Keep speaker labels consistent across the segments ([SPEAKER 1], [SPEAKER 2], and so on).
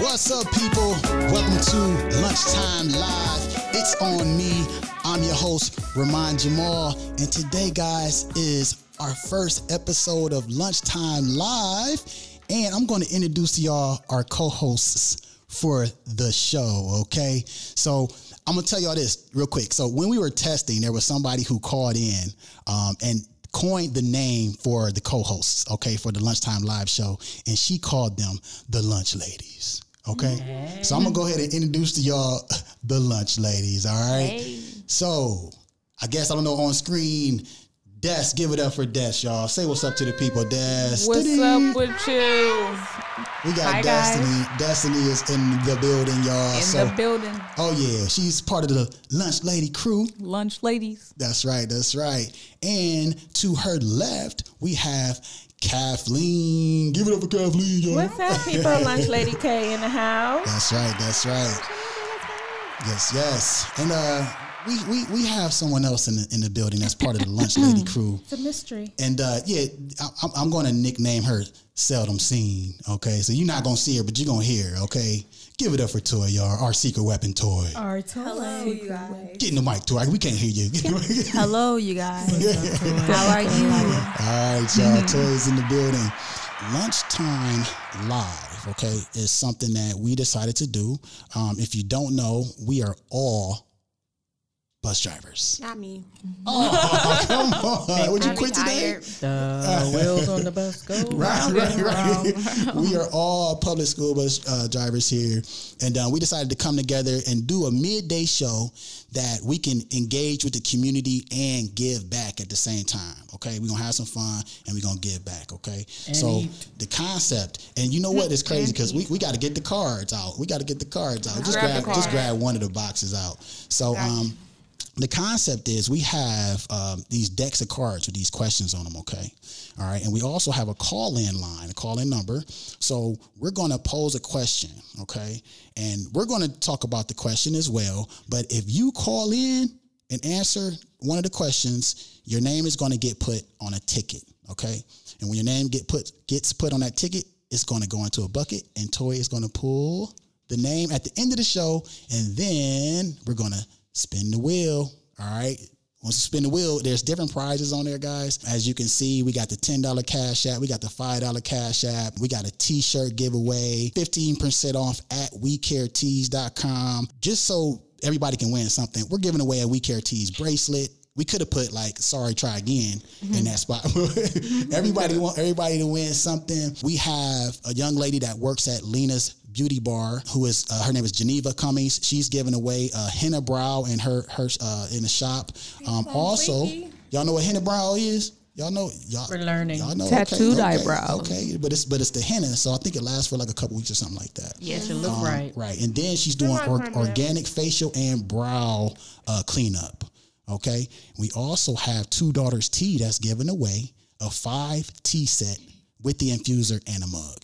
[SPEAKER 1] What's up, people? Welcome to Lunchtime Live. It's on me. I'm your host, Ramon Jamal. And today, guys, is our first episode of Lunchtime Live. And I'm going to introduce to y'all our co hosts for the show, okay? So I'm going to tell y'all this real quick. So when we were testing, there was somebody who called in um, and coined the name for the co-hosts, okay, for the lunchtime live show, and she called them the lunch ladies. Okay. So I'm gonna go ahead and introduce to y'all the lunch ladies. All right. So I guess I don't know on screen. Des, give it up for Des, y'all. Say what's up to the people, Des.
[SPEAKER 2] What's
[SPEAKER 1] Dee-dee.
[SPEAKER 2] up with you?
[SPEAKER 1] We got
[SPEAKER 2] Hi, guys.
[SPEAKER 1] Destiny. Destiny is in the building, y'all.
[SPEAKER 2] In
[SPEAKER 1] so,
[SPEAKER 2] the building,
[SPEAKER 1] oh yeah, she's part of the lunch lady crew.
[SPEAKER 2] lunch ladies.
[SPEAKER 1] That's right. That's right. And to her left, we have Kathleen. Give it up for Kathleen, y'all.
[SPEAKER 2] What's up, people? Lunch Lady K in the house.
[SPEAKER 1] That's right. That's right. Yes, yes. And uh, we, we we have someone else in the in the building that's part of the lunch lady crew.
[SPEAKER 2] It's a mystery.
[SPEAKER 1] And uh, yeah, I, I'm- I'm going to nickname her Seldom Seen. Okay, so you're not going to see her, but you're going to hear. her, Okay, give it up for Toy, y'all. Our secret weapon, Toy.
[SPEAKER 2] Our toy.
[SPEAKER 3] Hello, you guys.
[SPEAKER 1] Get in the mic, Toy. We can't hear you.
[SPEAKER 3] Hello, you guys. How are you?
[SPEAKER 1] All right,
[SPEAKER 3] Mm-hmm.
[SPEAKER 1] y'all. Toys in the building. Lunchtime live, okay, is something that we decided to do. Um, if you don't know, we are all bus drivers.
[SPEAKER 3] Not me.
[SPEAKER 1] Oh, come on. Would you quit today?
[SPEAKER 4] The Uh, wheels on the bus go
[SPEAKER 1] Right,
[SPEAKER 4] round
[SPEAKER 1] right,
[SPEAKER 4] and round.
[SPEAKER 1] right. we are all public school bus uh, drivers here, and uh, we decided to come together and do a midday show that we can engage with the community and give back at the same time. Okay, we're gonna have some fun and we're gonna give back. Okay, so
[SPEAKER 4] eat.
[SPEAKER 1] the concept, and you know what is crazy because we, we got to get the cards out. We got to get the cards out. Just grab,
[SPEAKER 2] Grab the
[SPEAKER 1] just
[SPEAKER 2] cards.
[SPEAKER 1] grab one of the boxes out. So um, the concept is we have um, these decks of cards with these questions on them, okay? All right. And we also have a call in line, a call in number. So we're going to pose a question, okay? And we're going to talk about the question as well. But if you call in and answer one of the questions, your name is going to get put on a ticket, okay? And when your name get put gets put on that ticket, it's going to go into a bucket, and Tori is going to pull the name at the end of the show, and then we're gonna spin the wheel. All right. Once you spin the wheel, there's different prizes on there, guys. As you can see, we got the $10 cash app, we got the $5 cash app, we got a t-shirt giveaway, 15% off at WeCareTees.com. Just so everybody can win something. We're giving away a We Care Tees bracelet. We could have put like "Sorry, try again" in that spot. everybody want everybody to win something. We have a young lady that works at Lena's Beauty Bar, who is uh, her name is Geneva Cummings. She's giving away a henna brow in her her uh, in the shop. Um, also, y'all know what henna brow is. Y'all know y'all.
[SPEAKER 4] We're learning.
[SPEAKER 1] Y'all know
[SPEAKER 2] Tattooed
[SPEAKER 1] okay,
[SPEAKER 2] eyebrow.
[SPEAKER 1] Okay, but it's but it's the henna, so I think it lasts for like a couple weeks or something like that. Yeah,
[SPEAKER 4] Yes, you look right.
[SPEAKER 1] Right. And then she's doing or- organic facial and brow uh, cleanup. Okay. We also have two daughters tea that's given away a five tea set with the infuser and a mug.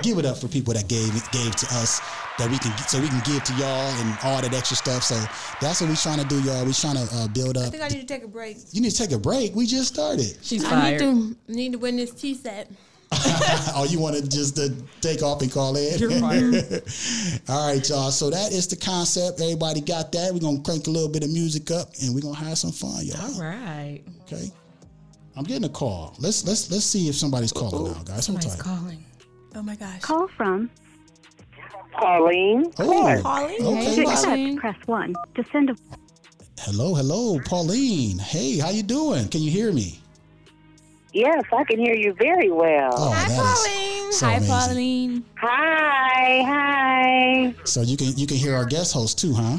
[SPEAKER 1] Give it up for people that gave it gave to us that we can so we can give to y'all and all that extra stuff. So that's what we're trying to do, y'all. We're trying to uh, build
[SPEAKER 3] I
[SPEAKER 1] up.
[SPEAKER 3] think I need to take a break.
[SPEAKER 1] You need to take a break. We just started.
[SPEAKER 4] She's
[SPEAKER 3] I need
[SPEAKER 4] fired.
[SPEAKER 3] to need to win this tea set.
[SPEAKER 1] oh, you want to just uh, take off and call in?
[SPEAKER 4] You're fired.
[SPEAKER 1] All right, y'all. So that is the concept. Everybody got that. We're gonna crank a little bit of music up and we're gonna have some fun, y'all.
[SPEAKER 4] All right.
[SPEAKER 1] Okay. I'm getting a call. Let's let's let's see if somebody's calling now, guys. Hold
[SPEAKER 4] Somebody's
[SPEAKER 1] tight.
[SPEAKER 4] calling.
[SPEAKER 3] Oh my gosh.
[SPEAKER 5] Call from
[SPEAKER 6] Pauline.
[SPEAKER 1] Oh,
[SPEAKER 3] Pauline?
[SPEAKER 1] Okay. wow.
[SPEAKER 5] accept, press one. To send a
[SPEAKER 1] Hello, hello, Pauline. Hey, how you doing? Can you hear me?
[SPEAKER 6] Yes, I can hear you very well.
[SPEAKER 1] Oh,
[SPEAKER 3] Hi,
[SPEAKER 1] that is
[SPEAKER 3] Pauline.
[SPEAKER 1] so amazing.
[SPEAKER 2] Pauline.
[SPEAKER 6] Hi, hi.
[SPEAKER 1] So you can you can hear our guest host too, huh?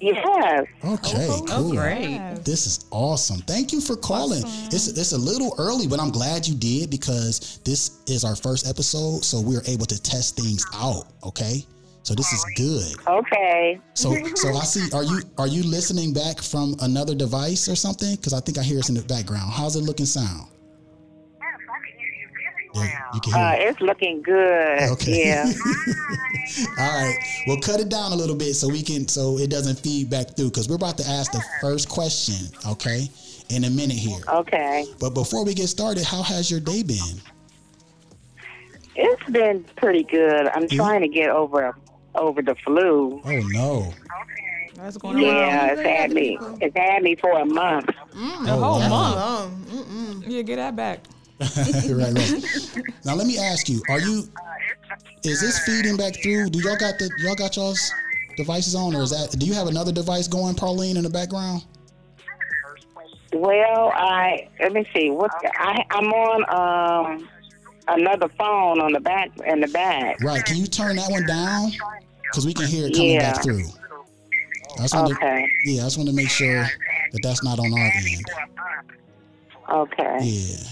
[SPEAKER 6] Yes.
[SPEAKER 1] Okay,
[SPEAKER 4] Oh,
[SPEAKER 1] cool.
[SPEAKER 4] great.
[SPEAKER 1] This is awesome. Thank you for calling. It's it's a little early, but I'm glad you did because this is our first episode, so we are able to test things out. Okay, so this is good.
[SPEAKER 6] Okay.
[SPEAKER 1] So so I see. Are you are you listening back from another device or something? Because I think I hear it's in the background. How's it looking sound? Yeah, you can hear
[SPEAKER 6] Uh,
[SPEAKER 1] it.
[SPEAKER 6] it's looking good.
[SPEAKER 1] Hmm. Okay.
[SPEAKER 6] Yeah.
[SPEAKER 1] All right. Well, cut it down a little bit so we can so it doesn't feed back through because we're about to ask the first question. Okay, in a minute here.
[SPEAKER 6] Okay.
[SPEAKER 1] But before we get started, how has your day been?
[SPEAKER 6] It's been pretty good. I'm trying to get over over the flu.
[SPEAKER 1] Oh no!
[SPEAKER 3] That's going
[SPEAKER 6] Yeah, it's had me. It's had me for a month.
[SPEAKER 1] oh,
[SPEAKER 2] whole
[SPEAKER 1] wow.
[SPEAKER 2] month.
[SPEAKER 3] on. Mm-mm.
[SPEAKER 2] Yeah, get that back.
[SPEAKER 1] right, right. Now let me ask you: Are you? Is this feeding back through? Do y'all got the y'all got y'all's devices on, or is that? Do you have another device going, Pauline, in the background?
[SPEAKER 6] Well, I let me see. What I I'm on um another phone on the back in the back.
[SPEAKER 1] Right. Can you turn that one down? Because we can hear it coming
[SPEAKER 6] Yeah.
[SPEAKER 1] back through. I just wanted to-
[SPEAKER 6] Okay.
[SPEAKER 1] yeah, I just want to make sure that that's not on our end.
[SPEAKER 6] Okay.
[SPEAKER 1] Yeah.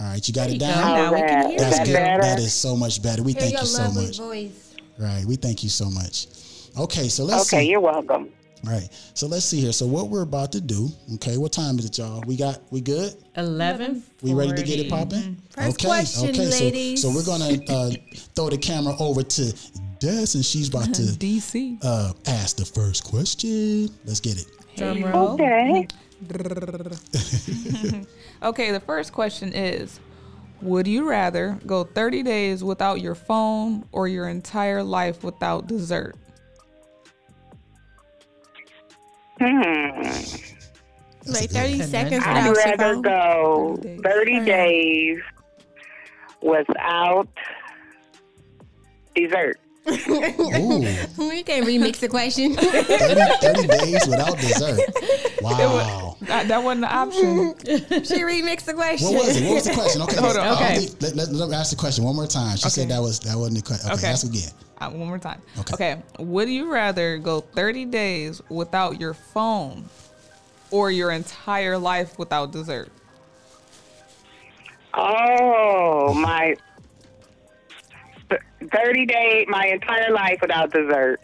[SPEAKER 1] All right, you got it
[SPEAKER 2] There you
[SPEAKER 1] down.
[SPEAKER 2] go. Now we can
[SPEAKER 6] that?
[SPEAKER 2] hear
[SPEAKER 6] Is
[SPEAKER 1] That's
[SPEAKER 6] that
[SPEAKER 1] good.
[SPEAKER 6] better?
[SPEAKER 1] That is so much better. We
[SPEAKER 3] Hear
[SPEAKER 1] thank
[SPEAKER 3] your
[SPEAKER 1] you so
[SPEAKER 3] lovely
[SPEAKER 1] much.
[SPEAKER 3] voice.
[SPEAKER 1] Right. We thank you so much. Okay, so let's
[SPEAKER 6] Okay,
[SPEAKER 1] see.
[SPEAKER 6] you're welcome.
[SPEAKER 1] All right. So let's see here. So what we're about to do, okay, what time is it, y'all? We got we good?
[SPEAKER 4] Eleven.
[SPEAKER 1] We ready to get it popping?
[SPEAKER 3] First question, ladies.
[SPEAKER 1] So, so we're gonna uh, throw the camera over to Des and she's about to
[SPEAKER 2] DC.
[SPEAKER 1] uh, ask the first question. Let's get it.
[SPEAKER 2] Drum roll.
[SPEAKER 6] Okay.
[SPEAKER 2] Okay, the first question is Would you rather go 30 days without your phone or your entire life without dessert?
[SPEAKER 6] Hmm.
[SPEAKER 3] Like 30 seconds
[SPEAKER 6] I'd
[SPEAKER 3] without your
[SPEAKER 6] rather
[SPEAKER 3] phone.
[SPEAKER 6] go
[SPEAKER 2] 30 days.
[SPEAKER 6] 30
[SPEAKER 3] Right.
[SPEAKER 6] days without dessert.
[SPEAKER 1] Ooh.
[SPEAKER 3] We can't remix the question.
[SPEAKER 1] 30, 30 days without dessert. Wow.
[SPEAKER 2] That, that wasn't an option.
[SPEAKER 3] she remixed the question.
[SPEAKER 1] What was it? What was the question? Okay,
[SPEAKER 2] Hold on,
[SPEAKER 1] I'll
[SPEAKER 2] okay.
[SPEAKER 1] be- Let, let, let me ask the question one more time. She said
[SPEAKER 2] Okay.
[SPEAKER 1] that was that wasn't the question. Okay,
[SPEAKER 2] Okay.
[SPEAKER 1] ask again.
[SPEAKER 2] Uh, one more time.
[SPEAKER 1] Okay.
[SPEAKER 2] okay. Would you rather go 30 days without your phone or your entire life without dessert?
[SPEAKER 6] Oh, my th- 30 days, my entire life without dessert.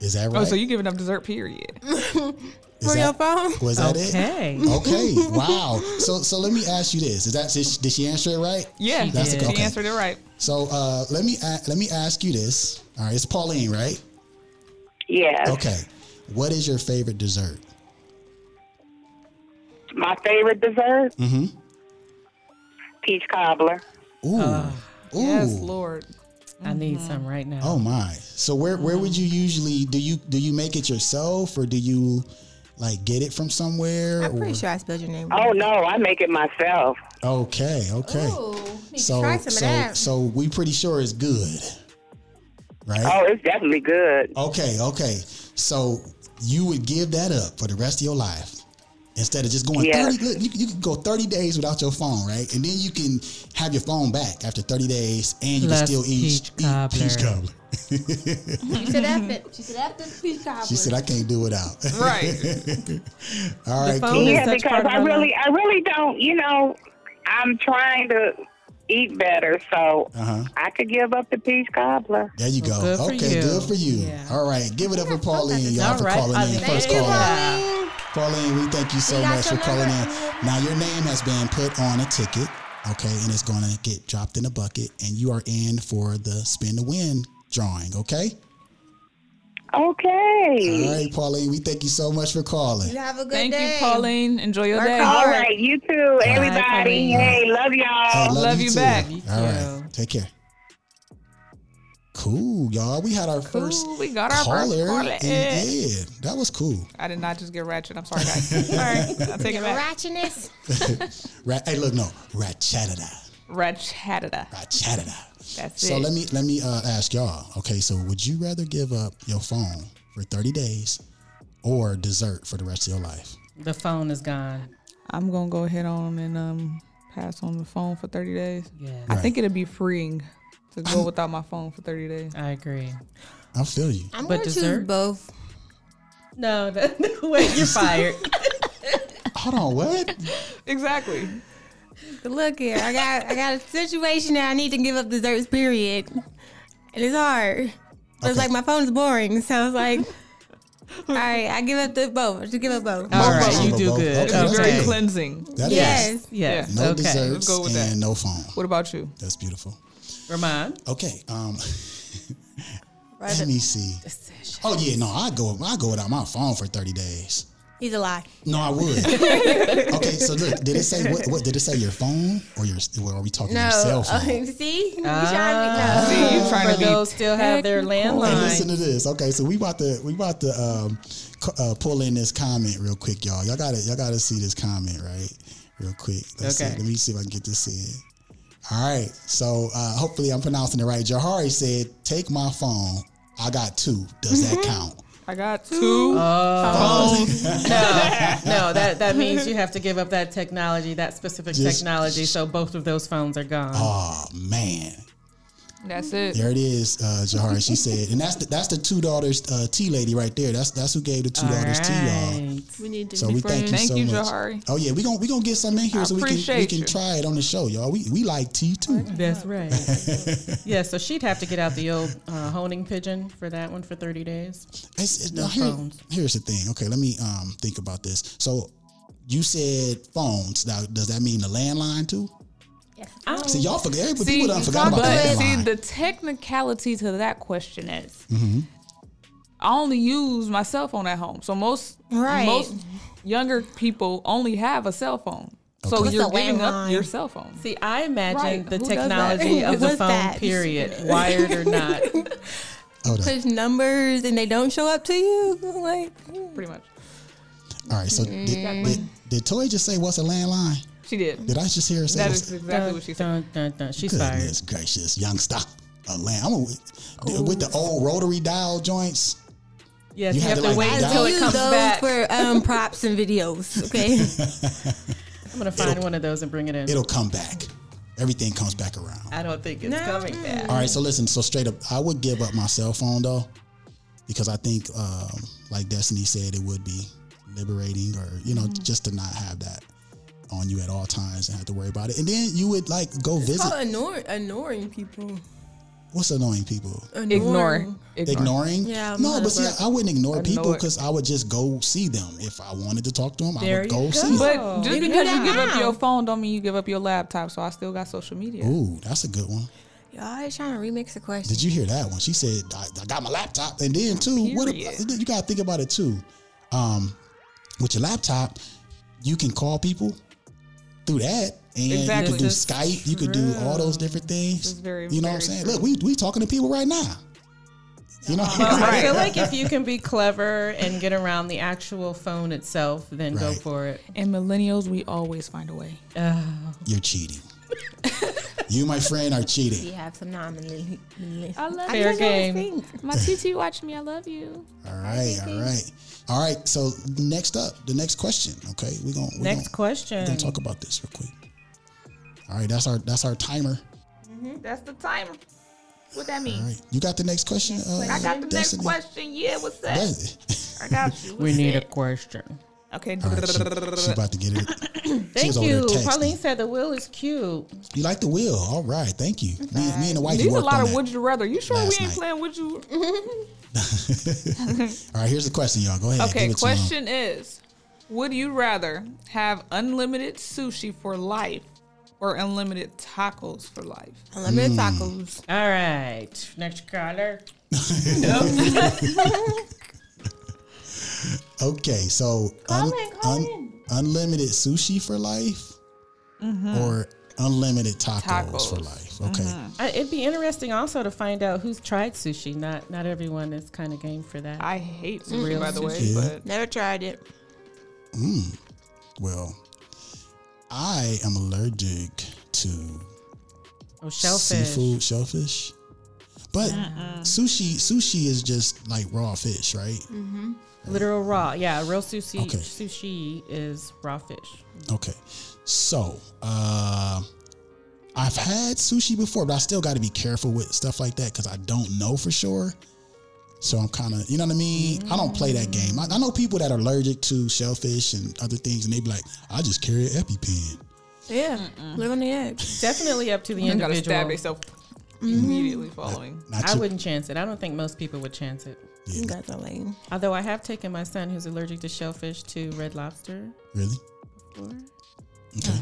[SPEAKER 1] Is that right?
[SPEAKER 2] Oh, so you giving up dessert, period.
[SPEAKER 1] Is
[SPEAKER 3] For
[SPEAKER 1] that-
[SPEAKER 3] your phone?
[SPEAKER 1] Was that
[SPEAKER 4] Okay.
[SPEAKER 1] it? Okay. Wow. So so let me ask you this: Is that did she, did she answer it right?
[SPEAKER 2] Yeah,
[SPEAKER 1] That's
[SPEAKER 2] she
[SPEAKER 1] the- okay.
[SPEAKER 2] answered it right.
[SPEAKER 1] So uh, let me a- let me ask you this. All right, it's Pauline, right?
[SPEAKER 6] Yes.
[SPEAKER 1] Okay. What is your favorite dessert?
[SPEAKER 6] My favorite dessert?
[SPEAKER 1] Mhm.
[SPEAKER 6] Peach cobbler.
[SPEAKER 1] Ooh.
[SPEAKER 3] Uh,
[SPEAKER 1] Ooh.
[SPEAKER 2] Yes, Lord.
[SPEAKER 4] I need some right now.
[SPEAKER 1] Oh my! So where where would you usually do you do you make it yourself or do you like get it from somewhere?
[SPEAKER 3] I'm
[SPEAKER 1] or-
[SPEAKER 3] pretty sure I spelled your name
[SPEAKER 6] Oh,
[SPEAKER 3] right.
[SPEAKER 6] no, I make it myself.
[SPEAKER 1] Okay, okay.
[SPEAKER 3] Ooh,
[SPEAKER 1] so
[SPEAKER 3] try some
[SPEAKER 1] so
[SPEAKER 3] of that.
[SPEAKER 1] so we pretty sure it's good, right?
[SPEAKER 6] Oh, it's definitely good.
[SPEAKER 1] Okay, okay. So you would give that up for the rest of your life instead of just going
[SPEAKER 6] Yes.
[SPEAKER 1] thirty. Look, you, you can go thirty days without your phone, right? And then you can have your phone back after thirty days, and you
[SPEAKER 4] Plus
[SPEAKER 1] can still eat
[SPEAKER 4] peach
[SPEAKER 1] eat peach
[SPEAKER 4] cobbler.
[SPEAKER 1] cobbler.
[SPEAKER 3] She said after. She said after speech cobbler.
[SPEAKER 1] She said, "I can't do without."
[SPEAKER 2] Right.
[SPEAKER 1] All right,
[SPEAKER 2] phone
[SPEAKER 1] cool.
[SPEAKER 2] is
[SPEAKER 6] Yeah,
[SPEAKER 2] such
[SPEAKER 6] because
[SPEAKER 2] part of
[SPEAKER 6] I
[SPEAKER 2] our
[SPEAKER 6] really, I really don't, you know, I'm trying to eat better, so
[SPEAKER 1] Uh-huh.
[SPEAKER 6] I could give up the peach cobbler.
[SPEAKER 1] There you go.
[SPEAKER 4] Well, good for
[SPEAKER 1] okay,
[SPEAKER 4] you.
[SPEAKER 1] good for you.
[SPEAKER 4] Yeah.
[SPEAKER 1] All right, give it up for Pauline, y'all,
[SPEAKER 4] All
[SPEAKER 1] for
[SPEAKER 4] right,
[SPEAKER 1] calling
[SPEAKER 4] I
[SPEAKER 1] in.
[SPEAKER 4] think-
[SPEAKER 1] First
[SPEAKER 4] Thank you,
[SPEAKER 1] caller.
[SPEAKER 3] Pauline.
[SPEAKER 1] Pauline, we thank you so
[SPEAKER 3] We got
[SPEAKER 1] much for
[SPEAKER 3] your
[SPEAKER 1] calling in.
[SPEAKER 3] number.
[SPEAKER 1] Now your name has been put on a ticket, okay, and it's going to get dropped in a bucket, and you are in for the spin to win drawing, okay? All
[SPEAKER 6] Okay.
[SPEAKER 1] right, Pauline, we thank you so much for calling.
[SPEAKER 3] You have a good
[SPEAKER 2] Thank
[SPEAKER 3] day.
[SPEAKER 2] you, Pauline. Enjoy your
[SPEAKER 3] Work
[SPEAKER 2] day.
[SPEAKER 3] hard.
[SPEAKER 6] All right, you too, everybody.
[SPEAKER 4] Pauline.
[SPEAKER 6] Hey, love
[SPEAKER 1] Hey,
[SPEAKER 6] y'all.
[SPEAKER 2] Love you back.
[SPEAKER 4] You
[SPEAKER 1] All
[SPEAKER 4] too.
[SPEAKER 1] right, take care. Cool, y'all. We had our first
[SPEAKER 2] Ooh, we got our
[SPEAKER 1] caller,
[SPEAKER 2] first caller.
[SPEAKER 1] and yeah, that was cool.
[SPEAKER 2] I did not just get ratchet. I'm sorry, guys. All right, I'll take it back.
[SPEAKER 3] Ratchetness.
[SPEAKER 1] Ra- hey, look, no, ratchatata,
[SPEAKER 2] Ratchatata.
[SPEAKER 1] ratchatata.
[SPEAKER 2] That's
[SPEAKER 1] So
[SPEAKER 2] it.
[SPEAKER 1] let me let me uh, ask y'all. Okay, so would you rather give up your phone for thirty days or dessert for the rest of your life?
[SPEAKER 4] The phone is gone.
[SPEAKER 2] I'm gonna go ahead on and um pass on the phone for 30 days.
[SPEAKER 4] Yeah,
[SPEAKER 2] I think it'd be freeing to go without my phone for 30 days.
[SPEAKER 4] I agree.
[SPEAKER 1] I feel you.
[SPEAKER 3] I'm
[SPEAKER 4] But
[SPEAKER 3] gonna
[SPEAKER 4] dessert?
[SPEAKER 3] choose both.
[SPEAKER 4] No, that, wait, you're fired.
[SPEAKER 1] Hold on, what?
[SPEAKER 2] Exactly.
[SPEAKER 3] But look here, I got I got a situation that I need to give up desserts. Period. And it's hard. But It's
[SPEAKER 1] Okay.
[SPEAKER 3] like my phone's boring, so it's like, all right, I give up the both. Just give up both.
[SPEAKER 4] All
[SPEAKER 1] Both
[SPEAKER 4] right,
[SPEAKER 1] of
[SPEAKER 4] you
[SPEAKER 1] them.
[SPEAKER 4] do
[SPEAKER 1] Both.
[SPEAKER 4] good.
[SPEAKER 1] Okay,
[SPEAKER 2] It'd be
[SPEAKER 1] that's
[SPEAKER 2] very
[SPEAKER 1] good.
[SPEAKER 2] cleansing.
[SPEAKER 1] That is
[SPEAKER 3] yes.
[SPEAKER 4] Yes.
[SPEAKER 1] no
[SPEAKER 4] okay.
[SPEAKER 1] desserts
[SPEAKER 2] go with that.
[SPEAKER 1] and no phone.
[SPEAKER 2] What about you?
[SPEAKER 1] That's beautiful.
[SPEAKER 4] Remind.
[SPEAKER 1] Okay, um,
[SPEAKER 3] Right.
[SPEAKER 1] let me see. Oh yeah, no, I go I go without my phone for thirty days.
[SPEAKER 3] He's a lie.
[SPEAKER 1] No, I would. okay, so look, did it say what, what? Did it say your phone or your? What are we talking? Your
[SPEAKER 3] No.
[SPEAKER 1] cell
[SPEAKER 3] uh,
[SPEAKER 1] phone.
[SPEAKER 3] See? You trying to be- no.
[SPEAKER 2] See, you trying
[SPEAKER 4] For
[SPEAKER 2] to be
[SPEAKER 4] those still have their
[SPEAKER 1] Hey, listen
[SPEAKER 4] landline.
[SPEAKER 1] to this. Okay, so we about to we about to um, c- uh, pull in this comment real quick, y'all. Y'all got to y'all got to see this comment right, real quick. Let's see.
[SPEAKER 4] Okay.
[SPEAKER 1] Let me see if I can get this in. All right. So uh, hopefully I'm pronouncing it right. Jahari said, "Take my phone. I got two. Does
[SPEAKER 4] Mm-hmm.
[SPEAKER 1] that count?"
[SPEAKER 2] I got two.
[SPEAKER 4] No, that, that means you have to give up that technology, that specific
[SPEAKER 1] Just-
[SPEAKER 4] technology. So both of those phones are gone.
[SPEAKER 1] Oh man,
[SPEAKER 2] That's it.
[SPEAKER 1] there it is, uh, Jahari. She said, and that's the, that's the two daughters uh, tea lady right there. That's that's who gave the two daughters tea, y'all.
[SPEAKER 4] Right.
[SPEAKER 3] We need to
[SPEAKER 1] So
[SPEAKER 3] be
[SPEAKER 1] we thank
[SPEAKER 3] friends.
[SPEAKER 1] you
[SPEAKER 2] Thank
[SPEAKER 1] so
[SPEAKER 2] you,
[SPEAKER 1] much.
[SPEAKER 2] Jahari.
[SPEAKER 1] Oh yeah, we gonna we gonna get some in here
[SPEAKER 2] I
[SPEAKER 1] so we can we
[SPEAKER 2] appreciate
[SPEAKER 1] can
[SPEAKER 2] you.
[SPEAKER 1] try it on the show, y'all. We we like tea too.
[SPEAKER 4] That's right. yeah, so she'd have to get out the old uh, honing pigeon for that one for 30 days.
[SPEAKER 1] It's,
[SPEAKER 4] No
[SPEAKER 1] now here-
[SPEAKER 4] phones.
[SPEAKER 1] Here's the thing. Okay, let me um think about this. So you said phones. Now does that mean the landline too? See y'all forget. Everybody
[SPEAKER 2] See,
[SPEAKER 1] people done forgot about the
[SPEAKER 2] but see,
[SPEAKER 1] landline.
[SPEAKER 2] the technicality to that question is
[SPEAKER 1] Mm-hmm.
[SPEAKER 2] I only use my cell phone at home. So most
[SPEAKER 3] Right.
[SPEAKER 2] most younger people only have a cell phone. So
[SPEAKER 1] Okay.
[SPEAKER 2] you're
[SPEAKER 3] What's a
[SPEAKER 2] giving up
[SPEAKER 3] landline?
[SPEAKER 2] your cell phone.
[SPEAKER 4] See, I imagine
[SPEAKER 2] Right,
[SPEAKER 4] the
[SPEAKER 2] who does
[SPEAKER 4] technology
[SPEAKER 3] that?
[SPEAKER 4] of the
[SPEAKER 3] What's
[SPEAKER 4] phone,
[SPEAKER 3] that?
[SPEAKER 4] period, wired or not.
[SPEAKER 1] Hold on.
[SPEAKER 3] Push numbers and they don't show up to you. Like,
[SPEAKER 2] pretty much.
[SPEAKER 1] All right. So
[SPEAKER 2] Mm-hmm.
[SPEAKER 1] did, did, did Toy just say what's a landline?
[SPEAKER 2] She did.
[SPEAKER 1] Did I just hear her say?
[SPEAKER 2] That
[SPEAKER 1] what's-
[SPEAKER 2] is exactly what she said.
[SPEAKER 4] Dun, dun, dun. She's fired.
[SPEAKER 1] Goodness gracious, youngster. A land. I'm a, with the old rotary dial joints.
[SPEAKER 4] Yes,
[SPEAKER 1] You
[SPEAKER 4] you,
[SPEAKER 1] had
[SPEAKER 4] have
[SPEAKER 1] to,
[SPEAKER 4] to,
[SPEAKER 1] like,
[SPEAKER 4] wait
[SPEAKER 1] I
[SPEAKER 4] until
[SPEAKER 1] Oh,
[SPEAKER 3] I
[SPEAKER 4] it
[SPEAKER 3] use
[SPEAKER 4] comes
[SPEAKER 3] those
[SPEAKER 4] back.
[SPEAKER 3] for um, props and videos. Okay.
[SPEAKER 4] I'm going to find one of those and bring it in.
[SPEAKER 1] It'll come back. Everything comes back around.
[SPEAKER 4] I don't think it's coming back.
[SPEAKER 1] All right, so listen, so straight up, I would give up my cell phone though, because I think, um, like Destiny said, it would be liberating, or you know, just to not have that on you at all times and have to worry about it. And then you would like go visit.
[SPEAKER 3] Oh, ignore, ignoring people.
[SPEAKER 1] What's annoying people?
[SPEAKER 2] Ignore. Ignore.
[SPEAKER 1] Ignoring?
[SPEAKER 3] Yeah, I'm
[SPEAKER 1] No,
[SPEAKER 3] not
[SPEAKER 1] but see,
[SPEAKER 3] about-
[SPEAKER 1] I, I wouldn't ignore people
[SPEAKER 2] Ignore.
[SPEAKER 1] because I would just go see them if I wanted to talk to them. I
[SPEAKER 4] There
[SPEAKER 1] would
[SPEAKER 4] you
[SPEAKER 1] go
[SPEAKER 4] go.
[SPEAKER 1] see them.
[SPEAKER 2] But just
[SPEAKER 3] You can do
[SPEAKER 2] because you
[SPEAKER 3] that
[SPEAKER 2] give up
[SPEAKER 3] now.
[SPEAKER 2] your phone don't mean you give up your laptop. So I still got social media.
[SPEAKER 1] Ooh, that's a good one.
[SPEAKER 3] Y'all always trying to remix the question.
[SPEAKER 1] Did you hear that one? She said, I, I got my laptop. And then, too, what
[SPEAKER 2] Period.
[SPEAKER 1] about, you got to think about it, too. Um, with your laptop, you can call people through that. And
[SPEAKER 2] Exactly.
[SPEAKER 1] you can do
[SPEAKER 2] This is
[SPEAKER 1] Skype. You can do all those different things.
[SPEAKER 2] is very,
[SPEAKER 1] you know what I'm
[SPEAKER 2] very
[SPEAKER 1] saying?
[SPEAKER 2] true. Uh-huh.
[SPEAKER 1] Look, we, we talking to people right now. You know?
[SPEAKER 4] I feel like if you can be clever and get around the actual phone itself, then go
[SPEAKER 1] Right.
[SPEAKER 4] for it.
[SPEAKER 2] And millennials, we always find a way.
[SPEAKER 1] You're cheating. you, my friend, are cheating.
[SPEAKER 3] You have some nominally.
[SPEAKER 2] I love
[SPEAKER 4] Fair
[SPEAKER 2] you.
[SPEAKER 4] game.
[SPEAKER 2] My TT watched me. I love you.
[SPEAKER 1] All right, all right. All right, so next up, the next question, okay? We're going to
[SPEAKER 4] Next question.
[SPEAKER 1] gonna talk about this real quick. All right, that's our that's our timer.
[SPEAKER 2] That's the timer. What that mean?
[SPEAKER 1] All right, you got the next question. Uh,
[SPEAKER 2] I got the next
[SPEAKER 1] Destiny?
[SPEAKER 2] question. Yeah, what's that?
[SPEAKER 1] Destiny.
[SPEAKER 2] I got you.
[SPEAKER 4] We need a question.
[SPEAKER 2] Okay.
[SPEAKER 1] All right, she, she about to get it.
[SPEAKER 4] Thank
[SPEAKER 1] was over there
[SPEAKER 4] you.
[SPEAKER 1] texting.
[SPEAKER 4] Pauline said the wheel is cute.
[SPEAKER 1] You like the wheel? All right, thank you. Me, me and the wife
[SPEAKER 2] These a
[SPEAKER 1] worked
[SPEAKER 2] lot
[SPEAKER 1] on
[SPEAKER 2] of
[SPEAKER 1] that.
[SPEAKER 2] would you rather. You sure
[SPEAKER 1] last
[SPEAKER 2] we ain't
[SPEAKER 1] night.
[SPEAKER 2] playing would you?
[SPEAKER 1] All right, here's the question, y'all. Go ahead.
[SPEAKER 2] Okay.
[SPEAKER 1] give it to 'em.
[SPEAKER 2] Question is, would you rather have unlimited sushi for life or unlimited tacos for life?
[SPEAKER 3] Unlimited
[SPEAKER 1] Hmm.
[SPEAKER 3] tacos.
[SPEAKER 4] All right. Next caller.
[SPEAKER 1] Okay, so un- un- unlimited sushi for life, or unlimited tacos, for
[SPEAKER 2] Mm-hmm. Tacos. Mm-hmm.
[SPEAKER 1] life. Okay,
[SPEAKER 4] I, it'd be interesting also to find out who's tried sushi. Not not everyone is kind of game for that.
[SPEAKER 2] I hate sushi, by the way.
[SPEAKER 1] Yeah.
[SPEAKER 2] But
[SPEAKER 3] Never tried it.
[SPEAKER 1] well, I am allergic to
[SPEAKER 4] Oh, shellfish.
[SPEAKER 1] seafood, shellfish. But sushi, sushi is just like raw fish, right?
[SPEAKER 4] Literal raw. Yeah, real sushi
[SPEAKER 1] Okay.
[SPEAKER 4] sushi is raw fish.
[SPEAKER 1] Okay, so uh, I've had sushi before, but I still got to be careful with stuff like that because I don't know for sure. So I'm kind of, you know what I mean? I don't play that game. I, I know people that are allergic to shellfish and other things, and they be like, "I just carry an EpiPen."
[SPEAKER 3] Yeah. Live on the edge.
[SPEAKER 4] Definitely up to the
[SPEAKER 2] you gotta
[SPEAKER 4] individual.
[SPEAKER 2] stab yourself immediately following.
[SPEAKER 1] Not
[SPEAKER 4] I
[SPEAKER 1] you.
[SPEAKER 4] wouldn't chance it. I don't think most people would chance it.
[SPEAKER 3] You got that lane.
[SPEAKER 4] Although I have taken my son, who's allergic to shellfish, to red lobster.
[SPEAKER 1] really. Okay.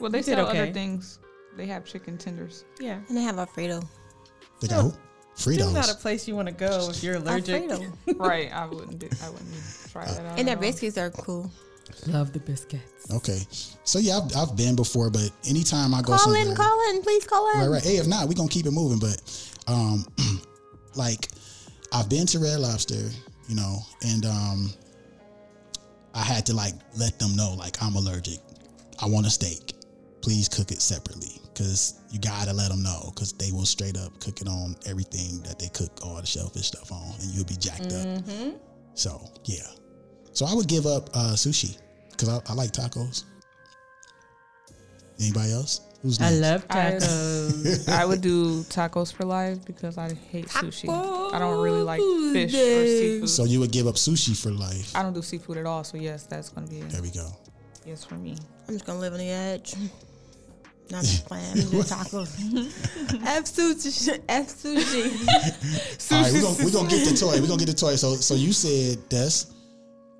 [SPEAKER 2] Well, they
[SPEAKER 4] did
[SPEAKER 2] sell
[SPEAKER 4] okay.
[SPEAKER 2] other things. They have chicken tenders.
[SPEAKER 4] Yeah.
[SPEAKER 3] And they have Alfredo.
[SPEAKER 1] They got who?
[SPEAKER 4] Still
[SPEAKER 1] Fritos.
[SPEAKER 4] not a place you want to go if you're allergic.
[SPEAKER 3] Alfredo.
[SPEAKER 2] right. I wouldn't do. I wouldn't try that out.
[SPEAKER 3] And
[SPEAKER 2] at
[SPEAKER 3] their
[SPEAKER 2] all.
[SPEAKER 3] biscuits are cool.
[SPEAKER 4] Love the biscuits.
[SPEAKER 1] okay. So yeah, I've, I've been before, but anytime I go
[SPEAKER 3] Call
[SPEAKER 1] somewhere,
[SPEAKER 3] in, call in, please call in.
[SPEAKER 1] right, right. Hey, if not, we're gonna keep it moving. But um like I've been to Red Lobster, you know, and um I had to like let them know like I'm allergic. I want a steak. Please cook it separately. Cause you gotta let them know, cause they will straight up cook it on everything that they cook all the shellfish stuff on, and you'll be jacked up. So yeah, so I would give up uh, sushi, cause I, I like tacos. Anybody else? Who's
[SPEAKER 4] I
[SPEAKER 1] next?
[SPEAKER 4] love
[SPEAKER 2] I-
[SPEAKER 4] tacos.
[SPEAKER 2] I would do tacos for life because I hate sushi. I don't really like
[SPEAKER 3] Tacos
[SPEAKER 2] fish or
[SPEAKER 3] day.
[SPEAKER 2] seafood.
[SPEAKER 1] So you would give up sushi for life.
[SPEAKER 2] I don't do seafood at all. So yes, that's gonna be a
[SPEAKER 1] There we go.
[SPEAKER 2] yes for me.
[SPEAKER 3] I'm just gonna live on the edge. Not just playing. I'm just tacos. F sushi. F sushi.
[SPEAKER 1] All right, we're gonna, we're gonna get the toy. We're gonna get the toy. So so you said Des,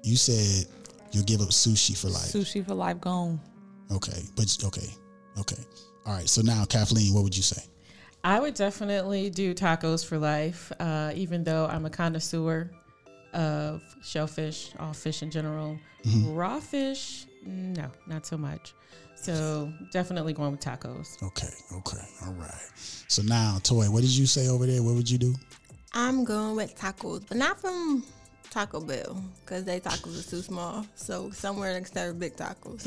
[SPEAKER 1] you said you'll give up sushi for life.
[SPEAKER 2] Sushi for life gone.
[SPEAKER 1] Okay. But okay. Okay. All right. So now Kathleen, what would you say?
[SPEAKER 4] I would definitely do tacos for life, uh, even though I'm a connoisseur of shellfish, all fish in general. Raw fish, no, not so much. So definitely going with tacos.
[SPEAKER 1] Okay, okay, all right. So now, Toy, what did you say over there? What would you do?
[SPEAKER 3] I'm going with tacos, but not from Taco Bell because they tacos are too small. So somewhere next to their big tacos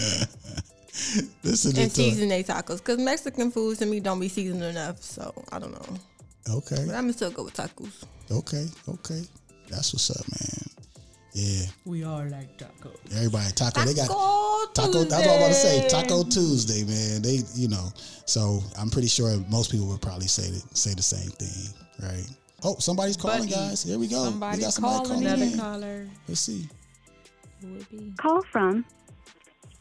[SPEAKER 1] Listen to
[SPEAKER 3] and
[SPEAKER 1] Toy.
[SPEAKER 3] season they tacos because Mexican food to me don't be seasoned enough. So I don't know,
[SPEAKER 1] Okay,
[SPEAKER 3] but I'm gonna still go with tacos.
[SPEAKER 1] okay, okay. That's what's up, man. Yeah,
[SPEAKER 4] We are like tacos.
[SPEAKER 1] everybody taco. They got
[SPEAKER 3] Taco
[SPEAKER 1] Taco. That's what I want to say. Taco Tuesday, man. They, you know. So I'm pretty sure most people would probably say the, say the same thing, right? Oh, somebody's calling,
[SPEAKER 2] Buddy.
[SPEAKER 1] guys. Here we go.
[SPEAKER 2] Somebody
[SPEAKER 1] we got somebody
[SPEAKER 2] calling.
[SPEAKER 1] calling.
[SPEAKER 4] Another
[SPEAKER 1] in.
[SPEAKER 4] caller.
[SPEAKER 1] Let's see.
[SPEAKER 2] Would be.
[SPEAKER 5] Call from
[SPEAKER 1] Oh,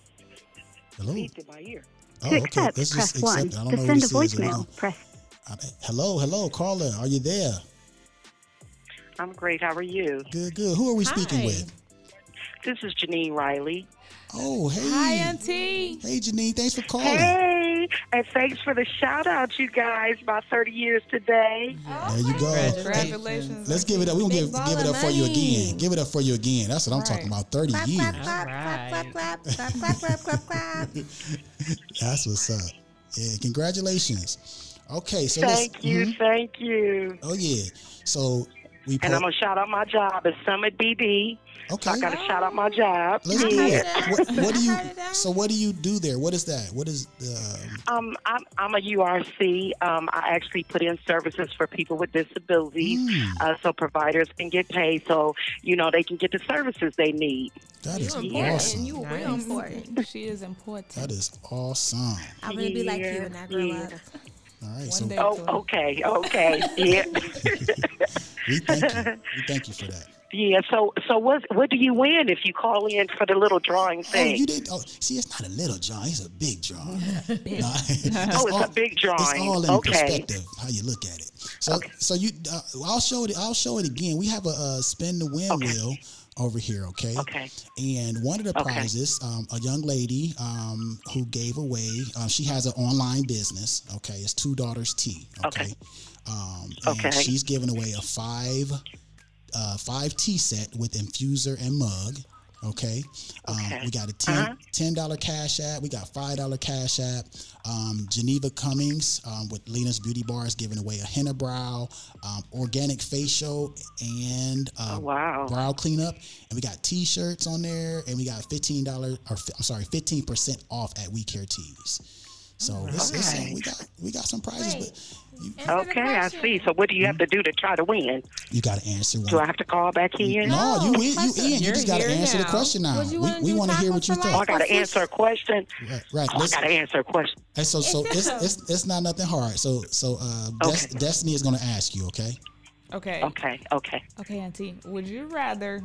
[SPEAKER 1] Hello.
[SPEAKER 6] by
[SPEAKER 1] Oh, okay.
[SPEAKER 5] to accept,
[SPEAKER 1] Let's just
[SPEAKER 5] press 1.
[SPEAKER 1] accept. it. I don't
[SPEAKER 5] To
[SPEAKER 1] know who
[SPEAKER 5] send a
[SPEAKER 1] this is. uh, We don't-
[SPEAKER 5] voicemail, press
[SPEAKER 1] I- Hello, hello, caller. Are you there?
[SPEAKER 6] I'm great. How are you?
[SPEAKER 1] Good, good. Who are we speaking
[SPEAKER 4] Hi.
[SPEAKER 1] with?
[SPEAKER 6] This is Janine Riley.
[SPEAKER 1] Oh, hey.
[SPEAKER 2] Hi, Auntie.
[SPEAKER 1] Hey, Janine. Thanks for calling.
[SPEAKER 6] Hey, and thanks for the shout out, you guys. My 30 years today.
[SPEAKER 1] There you go.
[SPEAKER 2] Congratulations.
[SPEAKER 1] Let's give it up. We're gonna
[SPEAKER 3] Big
[SPEAKER 1] give,
[SPEAKER 3] ball
[SPEAKER 1] give it
[SPEAKER 3] of
[SPEAKER 1] up for you
[SPEAKER 3] money.
[SPEAKER 1] again. Give it up for you again. That's what I'm talking
[SPEAKER 2] Right.
[SPEAKER 1] about. 30
[SPEAKER 3] Clap,
[SPEAKER 1] years.
[SPEAKER 3] clap, clap, clap, clap, clap, clap, clap, clap, clap.
[SPEAKER 1] That's what's up. Yeah, congratulations. Okay, so let's- Mm-hmm.
[SPEAKER 6] Thank you. Thank you.
[SPEAKER 1] Oh yeah. So we
[SPEAKER 6] And
[SPEAKER 1] po-
[SPEAKER 6] I'm going to shout out my job at Summit BB. I
[SPEAKER 1] okay.
[SPEAKER 6] got to shout out my job.
[SPEAKER 1] Let's do
[SPEAKER 6] Yeah.
[SPEAKER 1] that. What, what do you?
[SPEAKER 3] heard of that.
[SPEAKER 1] So what do you do there? What is that? What is the? Um,
[SPEAKER 6] Um, I'm, I'm a URC. Um, I actually put in services for people with disabilities
[SPEAKER 1] Hmm.
[SPEAKER 6] uh, so providers can get paid so, you know, they can get the services they need.
[SPEAKER 1] that is
[SPEAKER 3] important.
[SPEAKER 1] awesome.
[SPEAKER 3] You real important.
[SPEAKER 2] She is important.
[SPEAKER 1] That is awesome. All
[SPEAKER 3] I want to be like you
[SPEAKER 6] Yeah,
[SPEAKER 3] when I grow
[SPEAKER 6] yeah.
[SPEAKER 3] up.
[SPEAKER 1] right.
[SPEAKER 2] One
[SPEAKER 1] so
[SPEAKER 2] day.
[SPEAKER 6] Oh, okay, okay. yeah.
[SPEAKER 1] we thank you. We thank you for that.
[SPEAKER 6] yeah, so so what what do you win if you call in for the little drawing
[SPEAKER 1] Oh,
[SPEAKER 6] thing?
[SPEAKER 1] you did. Oh, see, it's not a little drawing. It's a big drawing. No,
[SPEAKER 6] Oh, it's a big
[SPEAKER 1] It's
[SPEAKER 6] drawing.
[SPEAKER 1] all in
[SPEAKER 6] Okay.
[SPEAKER 1] perspective how you look at it. So, so you, uh, I'll show it. I'll show it again. We have a, uh spin the wheel over here. Okay.
[SPEAKER 6] Okay.
[SPEAKER 1] And one of the
[SPEAKER 6] Okay.
[SPEAKER 1] prizes, um, a young lady um, who gave away. Um, she has an online business. Okay, it's Two Daughters Tea. Okay.
[SPEAKER 6] Okay.
[SPEAKER 1] Um, and
[SPEAKER 6] Okay.
[SPEAKER 1] She's giving away a five uh, five tea set with infuser and mug. Okay. Um,
[SPEAKER 6] Okay. Uh-huh.
[SPEAKER 1] We got a 10 $10 cash app. We got $5 cash app. Um, Geneva Cummings um, with Lena's Beauty Bar is giving away a henna brow, um, organic facial, and uh,
[SPEAKER 6] Oh, wow.
[SPEAKER 1] brow cleanup. And we got t shirts on there. And we got $15, or f- I'm sorry, 15% off at We Care Tees. So it's, it's, uh, we got we got some prizes, but you,
[SPEAKER 6] Okay, I see. So what do you have to do to try to win?
[SPEAKER 1] you got to answer one.
[SPEAKER 6] Do I have to call back in?
[SPEAKER 1] No, you in. You in. You
[SPEAKER 4] You're
[SPEAKER 1] just got to
[SPEAKER 4] here
[SPEAKER 1] answer the
[SPEAKER 4] now.
[SPEAKER 1] question now.
[SPEAKER 3] Would you
[SPEAKER 1] We,
[SPEAKER 3] wanna
[SPEAKER 1] we
[SPEAKER 3] do
[SPEAKER 1] want to hear
[SPEAKER 3] tacos
[SPEAKER 1] what you
[SPEAKER 3] for
[SPEAKER 1] think.
[SPEAKER 6] Oh, I got to answer a question.
[SPEAKER 1] Right, right.
[SPEAKER 6] Oh, I
[SPEAKER 1] Listen,
[SPEAKER 6] got to answer a question.
[SPEAKER 1] and so, so it's, it's it's not nothing hard. So so uh, Des-
[SPEAKER 6] Okay.
[SPEAKER 1] Destiny is gonna ask you. Okay.
[SPEAKER 2] Okay.
[SPEAKER 6] Okay, okay.
[SPEAKER 2] Okay, Auntie. Would you rather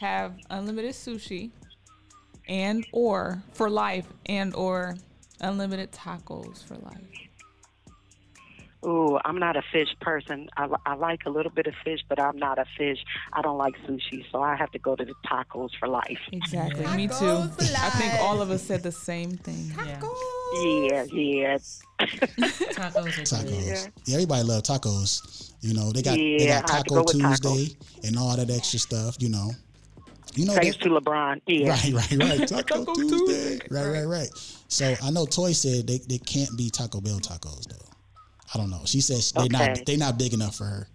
[SPEAKER 2] have unlimited sushi and or for life and or unlimited tacos for life?
[SPEAKER 6] Ooh, I'm not a fish person. I, li- I like a little bit of fish, but I'm not a fish. I don't like sushi, so I have to go to the tacos for life.
[SPEAKER 2] Exactly. Me too.
[SPEAKER 3] Tacos for
[SPEAKER 2] I think
[SPEAKER 3] life.
[SPEAKER 2] all of us said the same thing.
[SPEAKER 4] Yeah,
[SPEAKER 3] Tacos.
[SPEAKER 6] Yeah, yeah.
[SPEAKER 4] tacos are good.
[SPEAKER 1] Tacos. Yeah, everybody love tacos. You know, they got they
[SPEAKER 6] Yeah,
[SPEAKER 1] got
[SPEAKER 6] I have to
[SPEAKER 1] Taco
[SPEAKER 6] go with tacos.
[SPEAKER 1] Tuesday and all that extra stuff. You know, you know,
[SPEAKER 6] Thanks
[SPEAKER 1] that-
[SPEAKER 6] to LeBron. Yeah.
[SPEAKER 1] Right, right, right. Taco,
[SPEAKER 2] Taco
[SPEAKER 1] Tuesday.
[SPEAKER 2] Tuesday.
[SPEAKER 1] Right, right, right. So I know Toy said they, they can't be Taco Bell tacos though. I don't know. She says they
[SPEAKER 6] Okay.
[SPEAKER 1] not they not big enough for her,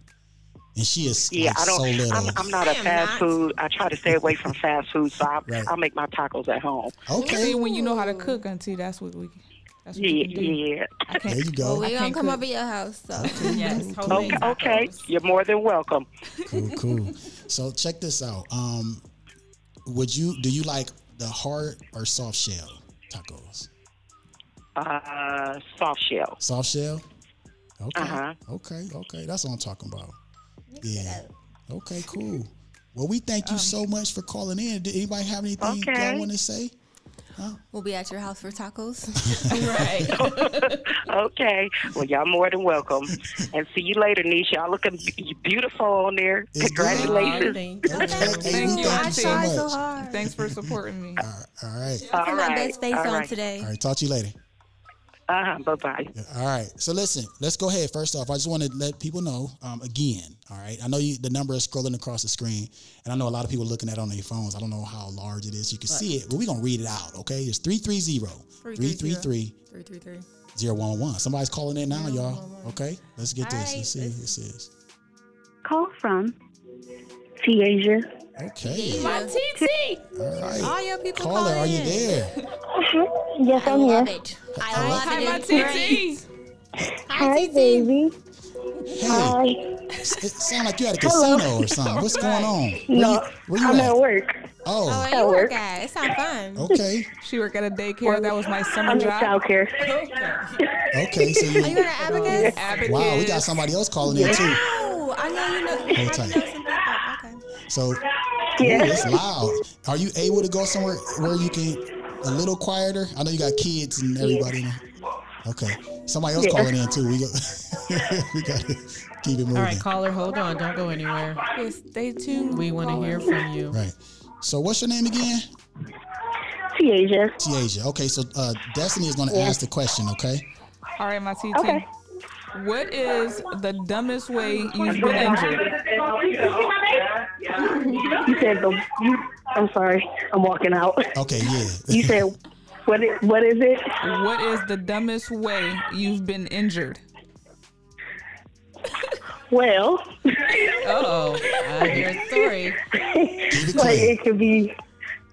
[SPEAKER 1] and she is
[SPEAKER 6] Yeah,
[SPEAKER 1] like,
[SPEAKER 6] I
[SPEAKER 1] so
[SPEAKER 6] don't.
[SPEAKER 1] little.
[SPEAKER 6] I'm, I'm not a
[SPEAKER 3] I am
[SPEAKER 6] fast
[SPEAKER 3] not.
[SPEAKER 6] food. I try to stay away from fast food, so I,
[SPEAKER 1] Right.
[SPEAKER 6] I make my tacos at home.
[SPEAKER 1] okay,
[SPEAKER 2] See, when you know how to cook, auntie, that's what we. That's what
[SPEAKER 6] Yeah,
[SPEAKER 2] you
[SPEAKER 1] Mm-hmm.
[SPEAKER 2] can do.
[SPEAKER 6] yeah.
[SPEAKER 2] I can't.
[SPEAKER 1] there you go.
[SPEAKER 2] I
[SPEAKER 3] Well, we gonna
[SPEAKER 2] can't
[SPEAKER 3] come
[SPEAKER 2] cook.
[SPEAKER 3] over your house, so
[SPEAKER 4] Yes.
[SPEAKER 6] Okay,
[SPEAKER 4] homemade
[SPEAKER 6] okay.
[SPEAKER 4] tacos.
[SPEAKER 6] You're more than welcome.
[SPEAKER 1] cool, cool. So check this out. Um, would you do you like the hard or soft shell tacos?
[SPEAKER 6] Uh, soft shell.
[SPEAKER 1] Soft shell. Okay.
[SPEAKER 6] Uh-huh.
[SPEAKER 1] Okay. Okay. That's what I'm talking about. Yeah. Okay. Cool. Well, we thank
[SPEAKER 3] Um,
[SPEAKER 1] you so much for calling in. Did anybody have anything
[SPEAKER 6] Okay.
[SPEAKER 1] y'all want to say?
[SPEAKER 3] we'll be at your house for tacos.
[SPEAKER 4] Right.
[SPEAKER 6] Okay. Well, y'all more than welcome. and see you later, Nisha. Y'all looking be- beautiful on there.
[SPEAKER 1] It's good.
[SPEAKER 6] Congratulations.
[SPEAKER 4] Thank you.
[SPEAKER 1] Hey,
[SPEAKER 2] Thank
[SPEAKER 1] we
[SPEAKER 2] you.
[SPEAKER 3] I
[SPEAKER 2] you so
[SPEAKER 3] tried so
[SPEAKER 1] much.
[SPEAKER 3] hard.
[SPEAKER 2] Thanks for supporting me.
[SPEAKER 1] All right.
[SPEAKER 6] All
[SPEAKER 3] Put my
[SPEAKER 6] right,
[SPEAKER 3] best face
[SPEAKER 6] all
[SPEAKER 3] on
[SPEAKER 6] right.
[SPEAKER 3] today.
[SPEAKER 1] All right. Talk to you later.
[SPEAKER 6] Uh-huh. Bye bye.
[SPEAKER 1] Yeah, All right. So listen, let's go ahead. First off, I just want to let people know um, again. All right. I know you, the number is scrolling across the screen, and I know a lot of people are looking at it on their phones. I don't know how large it is. You can see it, but we're going to read it out. Okay. It's 330 333
[SPEAKER 3] Three, three, three.
[SPEAKER 1] 011. Somebody's calling in now, y'all. Okay. Let's get this. Let's see what this is.
[SPEAKER 5] Call from Asia.
[SPEAKER 1] Okay.
[SPEAKER 3] Yeah.
[SPEAKER 1] All right.
[SPEAKER 3] All your people
[SPEAKER 1] Caller,
[SPEAKER 3] calling
[SPEAKER 1] are you
[SPEAKER 3] in.
[SPEAKER 1] there?
[SPEAKER 5] Yes,
[SPEAKER 3] I
[SPEAKER 5] I'm
[SPEAKER 3] love
[SPEAKER 5] here.
[SPEAKER 3] it. I love it.
[SPEAKER 2] Hi, my
[SPEAKER 3] It's great.
[SPEAKER 2] TT.
[SPEAKER 5] Hi, baby.
[SPEAKER 1] Hey,
[SPEAKER 5] Hi.
[SPEAKER 1] it sounds like you at a casino or something. What's going on? Where
[SPEAKER 5] No,
[SPEAKER 1] you- where you
[SPEAKER 5] I'm
[SPEAKER 1] at?
[SPEAKER 5] at work.
[SPEAKER 3] Oh,
[SPEAKER 1] Oh,
[SPEAKER 3] where you
[SPEAKER 5] work.
[SPEAKER 3] work at? It sounds fun.
[SPEAKER 1] okay.
[SPEAKER 2] She worked at a daycare. That was my summer
[SPEAKER 5] I'm in
[SPEAKER 2] job.
[SPEAKER 5] childcare.
[SPEAKER 1] Okay. So
[SPEAKER 3] Are
[SPEAKER 1] you,
[SPEAKER 3] you at Abacus?
[SPEAKER 2] Advocate.
[SPEAKER 1] wow, we got somebody else calling in too.
[SPEAKER 3] Oh, I know you know.
[SPEAKER 1] Hold
[SPEAKER 3] I
[SPEAKER 1] tight.
[SPEAKER 3] know some people. Okay.
[SPEAKER 1] So Ooh,
[SPEAKER 5] Yeah.
[SPEAKER 1] it's loud. Are you able to go somewhere where you can a little quieter? I know you got kids and everybody. in there. Okay. Somebody else
[SPEAKER 5] Yeah.
[SPEAKER 1] calling in too. We got we got to keep it moving.
[SPEAKER 4] All right, caller, hold on. Don't go anywhere.
[SPEAKER 2] Yes, stay tuned.
[SPEAKER 4] We want to hear from you.
[SPEAKER 1] Right. So what's your name again?
[SPEAKER 5] Asia.
[SPEAKER 1] Tiasia. Okay. So uh, Destiny is going to ask the question. Okay.
[SPEAKER 2] All right, my TT.
[SPEAKER 5] Okay.
[SPEAKER 2] What is the dumbest way you've been injured?
[SPEAKER 5] You said the. You, I'm sorry. I'm walking out.
[SPEAKER 1] Okay. Yeah.
[SPEAKER 5] You said what? Is, what is it?
[SPEAKER 2] What is the dumbest way you've been injured?
[SPEAKER 5] Well,
[SPEAKER 4] Oh, I hear a story.
[SPEAKER 1] Keep it
[SPEAKER 5] like
[SPEAKER 1] clean.
[SPEAKER 5] it could be.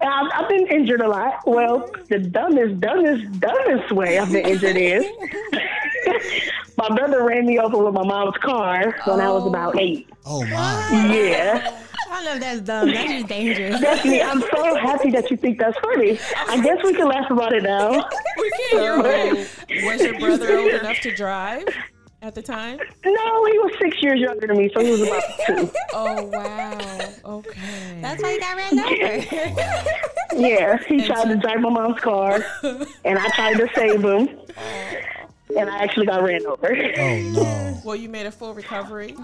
[SPEAKER 5] I've, I've been injured a lot. Well, the dumbest, dumbest, dumbest way I've been injured is my brother ran me over with my mom's car when I was about eight.
[SPEAKER 1] Oh my.
[SPEAKER 5] Yeah.
[SPEAKER 3] I don't know if that's dumb. That's just dangerous.
[SPEAKER 5] Destiny, I'm so happy that you think that's funny. I guess we can laugh about it now.
[SPEAKER 2] We can't
[SPEAKER 4] So, was your brother old enough to drive at the time?
[SPEAKER 5] No, he was six years younger than me, so he was about two.
[SPEAKER 4] Oh, wow. Okay.
[SPEAKER 3] That's why you got ran over.
[SPEAKER 5] Yeah, he tried to drive my mom's car, and I tried to save him, and I actually got ran over.
[SPEAKER 1] Oh no.
[SPEAKER 4] well, you made a full recovery.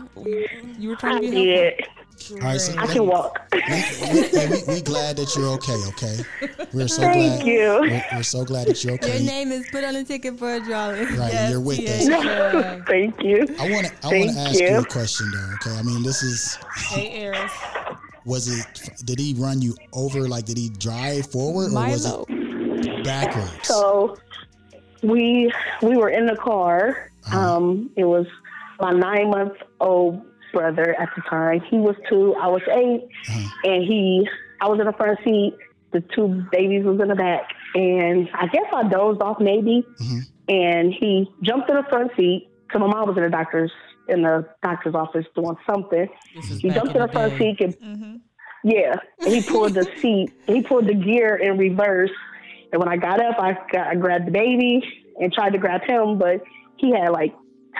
[SPEAKER 2] You were
[SPEAKER 5] I
[SPEAKER 2] trying to be helpful.
[SPEAKER 5] did.
[SPEAKER 1] All right. So
[SPEAKER 5] I
[SPEAKER 1] let-
[SPEAKER 5] can walk.
[SPEAKER 1] we, hey, we, we glad that you're okay. Okay. We're so
[SPEAKER 5] Thank
[SPEAKER 1] glad.
[SPEAKER 5] you.
[SPEAKER 1] We're, we're so glad that you're
[SPEAKER 3] Your
[SPEAKER 1] okay.
[SPEAKER 3] name is put on a ticket for a drawing.
[SPEAKER 1] right. and you're with us.
[SPEAKER 4] Yeah.
[SPEAKER 5] Thank you.
[SPEAKER 1] I want to. I want
[SPEAKER 5] Thank
[SPEAKER 1] to ask you.
[SPEAKER 5] you.
[SPEAKER 1] a question though. Okay. I mean, this is.
[SPEAKER 4] Hey, Eris.
[SPEAKER 1] Was it? Did he run you over? Like, did he drive forward or was
[SPEAKER 2] Milo.
[SPEAKER 1] it backwards?
[SPEAKER 5] So we we were in the car. Um, it was my nine month old brother at the time. He was two, I was 8 and he I was in the front seat. The two babies was in the back, and I guess I dozed off maybe. And he jumped in the front seat. So my mom was in the doctor's in the doctor's office doing something.
[SPEAKER 4] This is
[SPEAKER 5] He
[SPEAKER 4] back
[SPEAKER 5] jumped in the
[SPEAKER 4] day.
[SPEAKER 5] front seat and
[SPEAKER 2] Mm-hmm.
[SPEAKER 5] yeah, and he pulled the seat. He pulled the gear in reverse. And when I got up, I, got, I grabbed the baby and tried to grab him, but he had like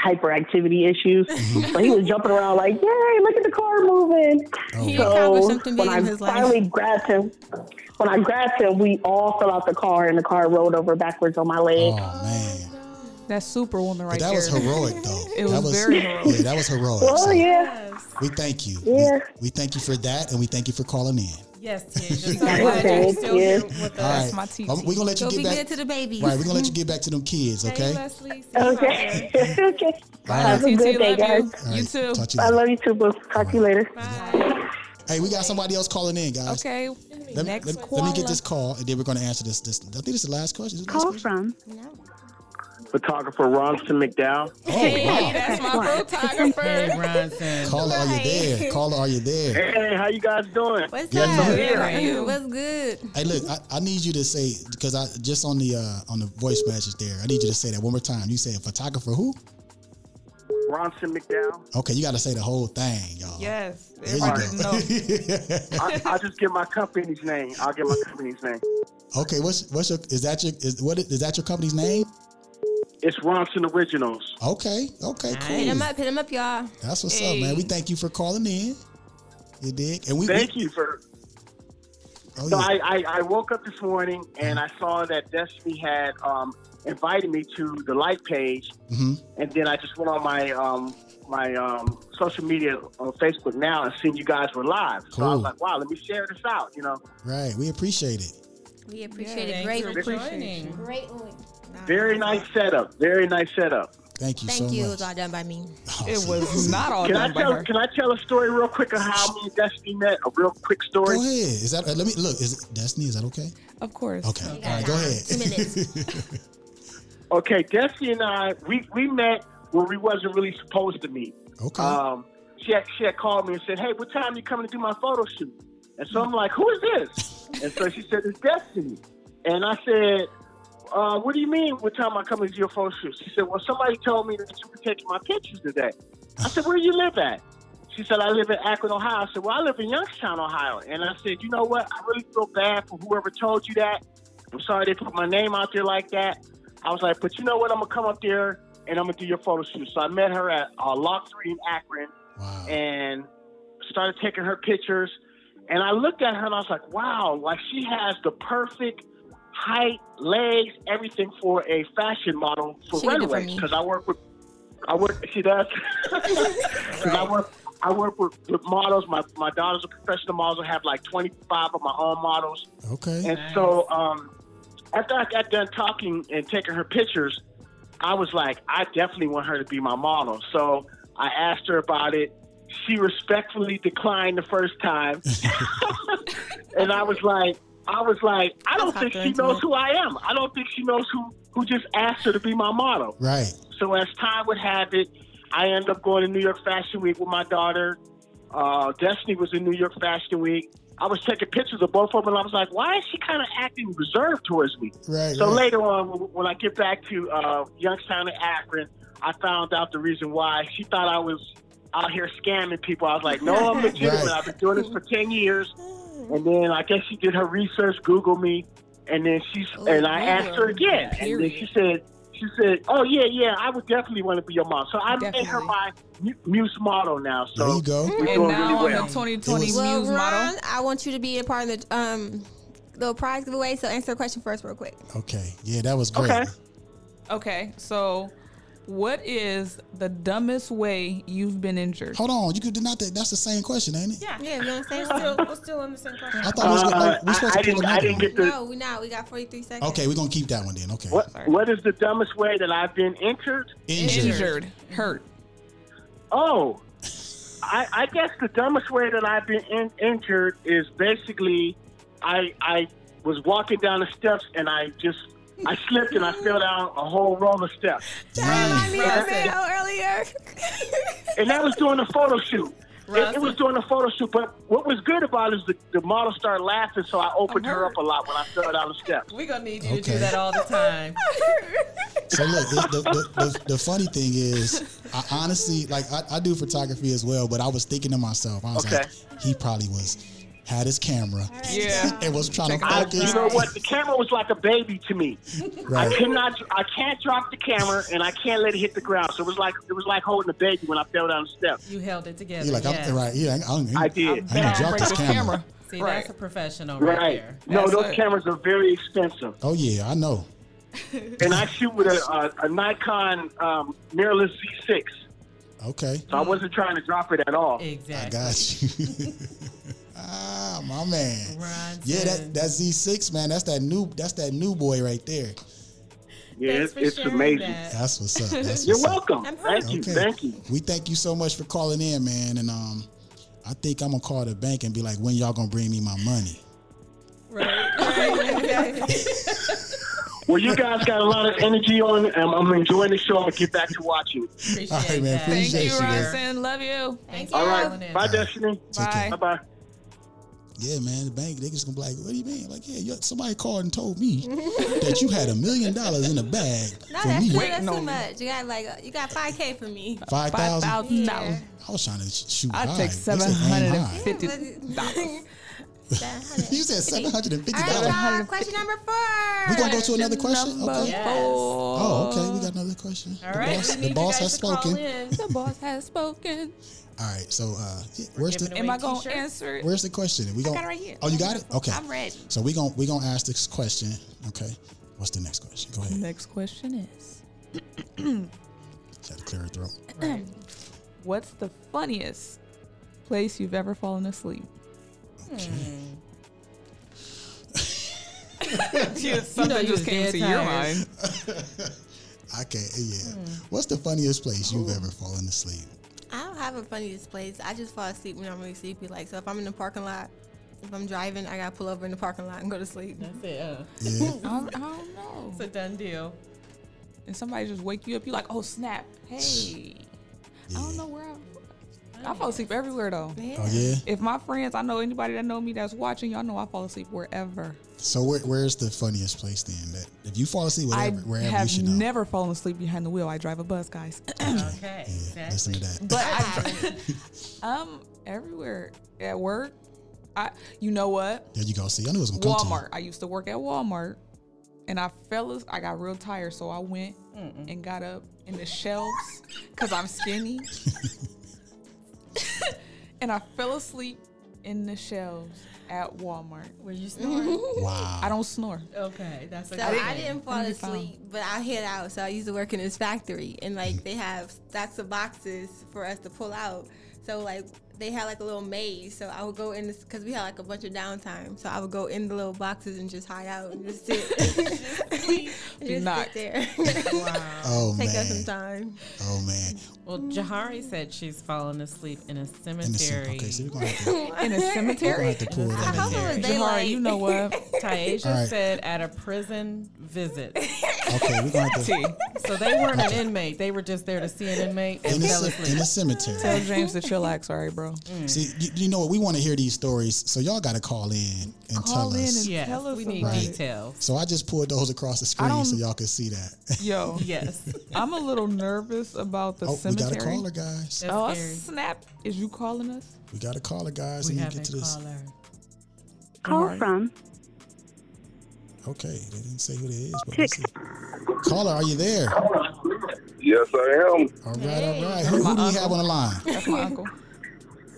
[SPEAKER 5] hyperactivity issues. so he was jumping around like, "Yay, look at the car moving!"
[SPEAKER 1] Oh,
[SPEAKER 3] He
[SPEAKER 5] So
[SPEAKER 3] accomplished something big
[SPEAKER 5] when I
[SPEAKER 3] in his
[SPEAKER 5] finally
[SPEAKER 3] life.
[SPEAKER 5] grabbed him, when I grabbed him, we all fell out the car, and the car rolled over backwards on my leg.
[SPEAKER 1] Oh man,
[SPEAKER 2] That's superwoman
[SPEAKER 1] but
[SPEAKER 2] right
[SPEAKER 1] that
[SPEAKER 2] there.
[SPEAKER 1] was heroic though.
[SPEAKER 2] It was
[SPEAKER 1] that was
[SPEAKER 2] very heroic.
[SPEAKER 1] Yeah, that was heroic.
[SPEAKER 5] well,
[SPEAKER 1] So
[SPEAKER 5] Oh, yeah,
[SPEAKER 1] We thank you.
[SPEAKER 5] Yeah.
[SPEAKER 1] We, we thank you for that, and we thank you for calling in.
[SPEAKER 4] Yes, Tish. I'm so
[SPEAKER 5] Okay,
[SPEAKER 4] glad you're still here
[SPEAKER 5] yes.
[SPEAKER 4] with
[SPEAKER 1] All right.
[SPEAKER 4] us.
[SPEAKER 2] my TT.
[SPEAKER 1] We're gonna let you
[SPEAKER 3] Go be
[SPEAKER 1] get
[SPEAKER 3] good
[SPEAKER 1] back.
[SPEAKER 3] to the babies.
[SPEAKER 1] Right, we're gonna let you get back to them kids, okay?
[SPEAKER 4] Hey, Leslie. see you out
[SPEAKER 5] Okay.
[SPEAKER 4] there.
[SPEAKER 5] okay. Have a
[SPEAKER 2] TT,
[SPEAKER 5] good day,
[SPEAKER 2] love
[SPEAKER 5] guys.
[SPEAKER 2] you.
[SPEAKER 1] All
[SPEAKER 2] You
[SPEAKER 1] right,
[SPEAKER 2] too.
[SPEAKER 1] Talk to you
[SPEAKER 5] I
[SPEAKER 1] later.
[SPEAKER 5] love you too, boo. Talk to you later.
[SPEAKER 4] Bye.
[SPEAKER 1] Hey, we got somebody else calling in, guys.
[SPEAKER 2] Okay.
[SPEAKER 1] Let me,
[SPEAKER 2] Next
[SPEAKER 1] let, let me
[SPEAKER 2] caller.
[SPEAKER 1] get this call, and then we're going to answer this. This I think this is the last question. Is it the last
[SPEAKER 7] Call
[SPEAKER 1] question?
[SPEAKER 7] from
[SPEAKER 8] Photographer Ronson McDowell.
[SPEAKER 1] Oh, wow.
[SPEAKER 2] That's my
[SPEAKER 4] Hey,
[SPEAKER 2] photographer.
[SPEAKER 4] Ronson.
[SPEAKER 1] Caller, are you there? Caller, are you there?
[SPEAKER 8] Hey, how you guys doing?
[SPEAKER 3] What's
[SPEAKER 1] Yes, I'm
[SPEAKER 3] up?
[SPEAKER 2] here. How are you?
[SPEAKER 3] What's good?
[SPEAKER 1] Hey, look, I, I need you to say because I just on the uh, on the voice message there. I need you to say that one more time. You said photographer who?
[SPEAKER 8] Ronson McDowell.
[SPEAKER 1] Okay, you got to say the whole thing, y'all.
[SPEAKER 2] Yes.
[SPEAKER 1] There you
[SPEAKER 2] Everybody know.
[SPEAKER 1] go.
[SPEAKER 8] I, I'll just give my company's name. I'll give my company's name.
[SPEAKER 1] okay, what's what's your is that your is what is, is that your company's name?
[SPEAKER 8] It's Ronson Originals.
[SPEAKER 1] Okay, okay,
[SPEAKER 3] Hit
[SPEAKER 1] cool.
[SPEAKER 3] them up, hit them up, y'all.
[SPEAKER 1] That's what's up, man. We thank you for calling in. You dig? And we
[SPEAKER 8] Thank you for.
[SPEAKER 1] Oh,
[SPEAKER 8] So
[SPEAKER 1] yeah.
[SPEAKER 8] I, I, I woke up this morning and I saw that Destiny had um, invited me to the like page,
[SPEAKER 1] Mhm.
[SPEAKER 8] and then I just went on my um, my um, social media on Facebook now and seen you guys were live. So I
[SPEAKER 1] Cool.
[SPEAKER 8] was like, wow, let me share this out. You know,
[SPEAKER 1] Right, we appreciate it.
[SPEAKER 3] We appreciate it
[SPEAKER 4] Thanks
[SPEAKER 3] greatly.
[SPEAKER 4] for joining.
[SPEAKER 3] Greatly.
[SPEAKER 8] very nice setup. Very nice setup.
[SPEAKER 1] Thank you
[SPEAKER 3] Thank
[SPEAKER 1] so
[SPEAKER 3] you.
[SPEAKER 1] much. Oh,
[SPEAKER 3] It was all done by me.
[SPEAKER 2] It was not all
[SPEAKER 8] Can I
[SPEAKER 2] done by
[SPEAKER 8] tell?
[SPEAKER 2] her.
[SPEAKER 8] Can I tell a story real quick of how me and Destiny met? A real quick
[SPEAKER 1] Go
[SPEAKER 8] story.
[SPEAKER 1] ahead. Is that? uh, Let me look. Is it Destiny? Is that okay?
[SPEAKER 2] Of course.
[SPEAKER 1] Okay. All right. Go
[SPEAKER 3] Two
[SPEAKER 1] ahead.
[SPEAKER 3] minutes.
[SPEAKER 8] Okay, Destiny and I, we, we met where we wasn't really supposed to meet.
[SPEAKER 1] okay.
[SPEAKER 8] Um, she had, she had called me and said, "Hey, what time you coming to do my photo shoot?" And so I'm like, "Who is this?" and so she said, "It's Destiny." And I said, uh, "What do you mean? What time I coming to do your photo shoot?" She said, "Well, somebody told me that you were taking my pictures today." I said, "Where do you live at?" She said, "I live in Akron, Ohio." I said, "Well, I live in Youngstown, Ohio." And I said, "You know what? I really feel bad for whoever told you that. I'm sorry they put my name out there like that." I was like, "But you know what? I'm gonna come up there." And I'm gonna do your photo shoot. So I met her at uh, Lock Three in Akron,
[SPEAKER 1] wow.
[SPEAKER 8] and started taking her pictures. And I looked at her and I was like, wow, like she has the perfect height, legs, everything for a fashion model for
[SPEAKER 3] She did it for
[SPEAKER 8] runways.
[SPEAKER 3] me.
[SPEAKER 8] Because I work with, I work, she does. 'Cause I work, I work with, with models. My, my daughters are professional models. I have like 25 of my own models.
[SPEAKER 1] Okay.
[SPEAKER 8] And so um, after I got done talking and taking her pictures, I was like, I definitely want her to be my model. So I asked her about it. She respectfully declined the first time, and I was like, I was like, I don't
[SPEAKER 4] That's
[SPEAKER 8] think she
[SPEAKER 4] happened.
[SPEAKER 8] knows who I am. I don't think she knows who who just asked her to be my model.
[SPEAKER 1] Right.
[SPEAKER 8] So as time would have it, I ended up going to New York Fashion Week with my daughter. Uh, Destiny was in New York Fashion Week. I was taking pictures of both of them, and I was like, "Why is she kind of acting reserved towards me?"
[SPEAKER 1] Right.
[SPEAKER 8] So
[SPEAKER 1] right.
[SPEAKER 8] later on, when- when I get back to uh, Youngstown and Akron, I found out the reason why. She thought I was out here scamming people. I was like, "No, I'm legitimate.
[SPEAKER 1] Right.
[SPEAKER 8] I've been doing this for ten years." And then I guess she did her research, Google me, and then she and I
[SPEAKER 1] Oh,
[SPEAKER 8] asked her again, and then she said, "She said, oh yeah, yeah, I would definitely want to be your mom." So I made her
[SPEAKER 2] Definitely.
[SPEAKER 8] my mu- muse model now.
[SPEAKER 1] there you
[SPEAKER 8] So
[SPEAKER 1] go.
[SPEAKER 2] And
[SPEAKER 8] we're doing
[SPEAKER 2] now
[SPEAKER 8] really
[SPEAKER 2] I'm
[SPEAKER 8] well.
[SPEAKER 2] the 2020 Muse
[SPEAKER 3] well, Ron,
[SPEAKER 2] model.
[SPEAKER 3] I want you to be a part of the um little prize giveaway. So answer the question first, real quick.
[SPEAKER 1] Okay. Yeah, that was great.
[SPEAKER 8] Okay.
[SPEAKER 2] Okay, so what is the dumbest way you've been injured?
[SPEAKER 1] Hold on. You could not. That, that's the same question, ain't it?
[SPEAKER 4] Yeah.
[SPEAKER 3] Yeah, you know what I'm
[SPEAKER 4] We're
[SPEAKER 3] saying?
[SPEAKER 4] still, we're still on the same question.
[SPEAKER 1] I thought we was gonna,
[SPEAKER 8] Uh,
[SPEAKER 1] oh, we're supposed
[SPEAKER 8] I, I
[SPEAKER 1] to pull
[SPEAKER 8] didn't.
[SPEAKER 1] another
[SPEAKER 8] I didn't
[SPEAKER 1] one.
[SPEAKER 8] get the.
[SPEAKER 3] no, we not. We got 43 seconds.
[SPEAKER 1] Okay, we're gonna keep that one then. Okay.
[SPEAKER 8] What, what is the dumbest way that I've been injured?
[SPEAKER 1] Injured.
[SPEAKER 2] Injured, hurt.
[SPEAKER 8] Oh, I, I guess the dumbest way that I've been in, injured is basically I I was walking down the steps and I just I slipped and I fell down a whole roll of steps,
[SPEAKER 1] Dang.
[SPEAKER 3] Me and Mel earlier.
[SPEAKER 8] and that was during the photo shoot. It, it was during the photo shoot, but what was good about it is the, the model started laughing, so I opened her up a lot when I fell down the steps.
[SPEAKER 4] We're going to need you to
[SPEAKER 1] Okay.
[SPEAKER 4] do that all the time.
[SPEAKER 1] So look, it, the, the, the, the funny thing is, I honestly like I, I do photography as well, but I was thinking to myself, I was like, he probably was had his camera
[SPEAKER 2] Yeah.
[SPEAKER 1] and was trying to
[SPEAKER 8] I,
[SPEAKER 1] focus.
[SPEAKER 8] you know what? The camera was like a baby to me. I
[SPEAKER 1] Right.
[SPEAKER 8] cannot, I can't drop the camera, and I can't let it hit the ground. So it was like it was like holding a baby when I fell down the steps.
[SPEAKER 4] You held it together.
[SPEAKER 1] You're like,
[SPEAKER 4] yes.
[SPEAKER 1] I'm right. Yeah, I'm,
[SPEAKER 8] I did.
[SPEAKER 1] I'm gonna
[SPEAKER 2] I'll
[SPEAKER 1] drop
[SPEAKER 2] break
[SPEAKER 1] this
[SPEAKER 2] this
[SPEAKER 1] camera.
[SPEAKER 2] camera.
[SPEAKER 4] See,
[SPEAKER 2] Right.
[SPEAKER 4] that's a professional right,
[SPEAKER 8] Right.
[SPEAKER 4] there.
[SPEAKER 8] No,
[SPEAKER 2] That's
[SPEAKER 8] those
[SPEAKER 2] it.
[SPEAKER 8] cameras are very expensive,
[SPEAKER 1] Oh yeah, I know.
[SPEAKER 8] and I shoot with a, a, a Nikon um, mirrorless Z6,
[SPEAKER 1] Okay,
[SPEAKER 4] Mm.
[SPEAKER 8] so I wasn't trying to drop it at all.
[SPEAKER 1] I
[SPEAKER 4] Exactly.
[SPEAKER 1] got you. ah, my man.
[SPEAKER 4] Ronson.
[SPEAKER 1] Yeah, that that Z six man. That's that new. That's that new boy right there.
[SPEAKER 8] Yeah,
[SPEAKER 4] Thanks
[SPEAKER 8] it's,
[SPEAKER 4] for
[SPEAKER 8] it's
[SPEAKER 4] sharing
[SPEAKER 8] amazing.
[SPEAKER 4] that.
[SPEAKER 1] That's what's up. That's
[SPEAKER 8] You're
[SPEAKER 1] what's up.
[SPEAKER 8] welcome.
[SPEAKER 4] I'm
[SPEAKER 8] Thank you.
[SPEAKER 1] Okay.
[SPEAKER 8] Thank you.
[SPEAKER 1] We thank you so much for calling in, man. And um, I think I'm gonna call the bank and be like, when y'all gonna bring me my money?
[SPEAKER 4] Right, right, exactly.
[SPEAKER 8] Well, you guys got a lot of energy on. Um, I'm enjoying the show. I'm gonna get back to watching.
[SPEAKER 4] Appreciate
[SPEAKER 1] All right, man.
[SPEAKER 4] that.
[SPEAKER 2] Thank
[SPEAKER 1] Appreciate
[SPEAKER 2] you,
[SPEAKER 1] you, girl.
[SPEAKER 2] Ryson. Love you.
[SPEAKER 4] Thank
[SPEAKER 8] All
[SPEAKER 4] you.
[SPEAKER 8] right.
[SPEAKER 4] Calling in.
[SPEAKER 8] Bye, Destiny.
[SPEAKER 1] Take
[SPEAKER 2] Bye.
[SPEAKER 1] care.
[SPEAKER 8] Bye, bye.
[SPEAKER 1] Yeah, man. The bank they just gonna be like, what do you mean? Like, yeah, you, somebody called and told me that you had a million dollars in a bag
[SPEAKER 3] No,
[SPEAKER 1] for
[SPEAKER 3] that's,
[SPEAKER 1] me. Uh,
[SPEAKER 3] too- that's
[SPEAKER 2] Waiting
[SPEAKER 3] too
[SPEAKER 2] on me.
[SPEAKER 3] much. You got like you got five k for me.
[SPEAKER 1] Five
[SPEAKER 2] Five
[SPEAKER 1] thousand.
[SPEAKER 2] thousand
[SPEAKER 3] Yeah.
[SPEAKER 2] dollars.
[SPEAKER 1] I was trying to sh- shoot
[SPEAKER 2] I
[SPEAKER 1] high.
[SPEAKER 2] take
[SPEAKER 1] They said aim
[SPEAKER 2] 750.
[SPEAKER 1] high.
[SPEAKER 3] But-
[SPEAKER 2] $50.
[SPEAKER 3] Seven hundred.
[SPEAKER 1] You said seven hundred and fifty
[SPEAKER 3] All right,
[SPEAKER 1] dollars.
[SPEAKER 3] y'all. Question number four.
[SPEAKER 1] We gonna go to another question.
[SPEAKER 2] Number
[SPEAKER 1] Okay.
[SPEAKER 4] Yes.
[SPEAKER 2] four.
[SPEAKER 1] Oh, okay. We got another question.
[SPEAKER 4] All
[SPEAKER 1] the
[SPEAKER 4] right.
[SPEAKER 1] boss,
[SPEAKER 4] we need
[SPEAKER 1] the boss
[SPEAKER 4] you guys
[SPEAKER 1] has
[SPEAKER 4] to call
[SPEAKER 1] spoken. All
[SPEAKER 4] in.
[SPEAKER 2] The boss has spoken.
[SPEAKER 1] right. So, uh, yeah, where's
[SPEAKER 4] giving
[SPEAKER 1] the
[SPEAKER 4] away-
[SPEAKER 2] Am I
[SPEAKER 4] Wait,
[SPEAKER 2] gonna
[SPEAKER 4] t-shirt?
[SPEAKER 2] answer it?
[SPEAKER 1] where's the question? We
[SPEAKER 3] got
[SPEAKER 1] gonna,
[SPEAKER 3] it right here.
[SPEAKER 1] Oh, you got it. Okay.
[SPEAKER 3] I'm ready.
[SPEAKER 1] So we gonna we gonna ask this question. Okay. What's the next question? Go ahead.
[SPEAKER 2] Next question is
[SPEAKER 1] She had to clear her throat.
[SPEAKER 2] What's the funniest place you've ever fallen asleep?
[SPEAKER 4] You know you was dead tired.
[SPEAKER 1] I can't. Yeah.
[SPEAKER 3] Hmm.
[SPEAKER 1] What's the funniest place you've ever fallen asleep?
[SPEAKER 3] I don't have a funniest place. I just fall asleep when I'm really sleepy. Like so, if I'm in the parking lot, if I'm driving, I gotta pull over in the parking lot and go to sleep.
[SPEAKER 4] That's it. Uh,
[SPEAKER 1] Yeah.
[SPEAKER 2] I don't, I don't know.
[SPEAKER 4] it's a done deal.
[SPEAKER 2] And somebody just wake you up. You're like, oh snap! Hey, I don't know where I. I fall asleep everywhere though.
[SPEAKER 1] Oh yeah.
[SPEAKER 2] If my friends, I know anybody that know me that's watching, y'all know I fall asleep wherever.
[SPEAKER 1] So where, where's the funniest place then? That if you fall asleep, whatever,
[SPEAKER 2] I
[SPEAKER 1] wherever you
[SPEAKER 2] have
[SPEAKER 1] should know.
[SPEAKER 2] never fallen asleep behind the wheel. I drive a bus, guys.
[SPEAKER 4] Okay.
[SPEAKER 1] yeah, Listen to that.
[SPEAKER 2] but I, um, everywhere at work, I you know what?
[SPEAKER 1] There you go. See, I knew it was gonna come
[SPEAKER 2] Walmart. I used to work at Walmart, and I fell. as- I got real tired, so I went and got up in the shelves because I'm skinny, and I fell asleep in the shelves at Walmart.
[SPEAKER 4] Were you snoring?
[SPEAKER 1] to you. Wow.
[SPEAKER 2] I don't snore.
[SPEAKER 4] okay. That's a
[SPEAKER 3] So
[SPEAKER 4] good
[SPEAKER 3] I
[SPEAKER 4] thing.
[SPEAKER 3] didn't fall
[SPEAKER 2] Couldn't be found.
[SPEAKER 3] asleep, but I hid out. So I used to work in this factory, and like they have stacks of boxes for us to pull out. So like they had like a little maze. So I would go in this because we had like a bunch of downtime. So I would go in the little boxes and just hide out and just sit, and just
[SPEAKER 2] not.
[SPEAKER 3] sit there.
[SPEAKER 1] Oh
[SPEAKER 3] Take up some
[SPEAKER 1] man.
[SPEAKER 3] time.
[SPEAKER 1] Oh man.
[SPEAKER 4] Well, Jahari said she's fallen asleep in a
[SPEAKER 1] In the
[SPEAKER 4] cemetery.
[SPEAKER 1] sim- okay, so we're gonna have to, we're
[SPEAKER 2] In a
[SPEAKER 1] gonna
[SPEAKER 2] cemetery.
[SPEAKER 1] have to pull that
[SPEAKER 3] How
[SPEAKER 1] in there.
[SPEAKER 3] was
[SPEAKER 2] Jahari,
[SPEAKER 3] daylight?
[SPEAKER 2] you know what?
[SPEAKER 4] Taisha
[SPEAKER 1] All right.
[SPEAKER 4] said at a prison visit.
[SPEAKER 1] Okay, we're gonna have to.
[SPEAKER 2] T.
[SPEAKER 4] So they weren't an inmate. They were just there to see an inmate
[SPEAKER 1] In
[SPEAKER 4] and
[SPEAKER 1] the,
[SPEAKER 4] fell
[SPEAKER 1] ce- in
[SPEAKER 4] asleep.
[SPEAKER 1] the cemetery.
[SPEAKER 2] Tell James to chillax. All right, bro.
[SPEAKER 1] See, you, you know what? We want to hear these stories, so y'all got to call in and
[SPEAKER 2] Call
[SPEAKER 1] tell
[SPEAKER 2] in
[SPEAKER 1] us.
[SPEAKER 2] and
[SPEAKER 4] Yes,
[SPEAKER 2] tell us
[SPEAKER 4] we need
[SPEAKER 2] about it.
[SPEAKER 4] details.
[SPEAKER 1] so I just pulled those across the
[SPEAKER 2] I
[SPEAKER 1] screen
[SPEAKER 2] don't-
[SPEAKER 1] so y'all can see that.
[SPEAKER 2] Yo,
[SPEAKER 4] Yes.
[SPEAKER 2] I'm a little nervous about the
[SPEAKER 1] oh, we got a
[SPEAKER 2] cemetery.
[SPEAKER 1] caller, guys.
[SPEAKER 4] That's
[SPEAKER 2] oh
[SPEAKER 4] scary.
[SPEAKER 2] snap! Is you calling us?
[SPEAKER 1] We got a caller, guys.
[SPEAKER 4] We
[SPEAKER 1] and
[SPEAKER 4] have
[SPEAKER 1] get
[SPEAKER 4] a
[SPEAKER 1] to this.
[SPEAKER 4] caller.
[SPEAKER 2] Call
[SPEAKER 7] from
[SPEAKER 1] Okay, they didn't say who it is, but let's see. Caller, are you there?
[SPEAKER 9] Yes, I am.
[SPEAKER 1] All right, all right. Who, who do we have on the line?
[SPEAKER 2] That's my uncle.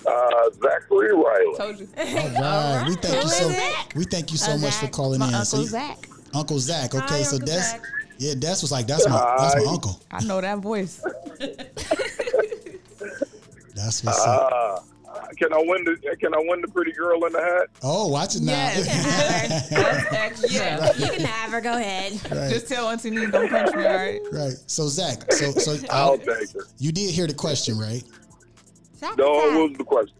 [SPEAKER 9] Uh, Zachary Riley.
[SPEAKER 2] Told you.
[SPEAKER 1] All right, we thank you so. We thank you so much for calling in. So you-
[SPEAKER 3] Zach.
[SPEAKER 1] Uncle Zach. Okay,
[SPEAKER 4] Hi,
[SPEAKER 1] so
[SPEAKER 4] Uncle
[SPEAKER 1] that's
[SPEAKER 4] Zach.
[SPEAKER 1] yeah. That's was like that's my that's my
[SPEAKER 9] Hi.
[SPEAKER 1] uncle.
[SPEAKER 2] I know that voice.
[SPEAKER 1] That's what's up.
[SPEAKER 9] Uh, can I win the Can I win the pretty girl in the hat?
[SPEAKER 1] Oh, watch it now.
[SPEAKER 4] That's extra.
[SPEAKER 3] You can have her. Go ahead.
[SPEAKER 1] right,
[SPEAKER 2] Just tell Auntie Nene don't punch me, all right?
[SPEAKER 1] right. So Zach, so so
[SPEAKER 9] I'll
[SPEAKER 4] Oh,
[SPEAKER 1] uh,
[SPEAKER 9] take her.
[SPEAKER 1] you did hear the question, right?
[SPEAKER 3] Zach
[SPEAKER 9] No,
[SPEAKER 3] attack.
[SPEAKER 9] what was the question?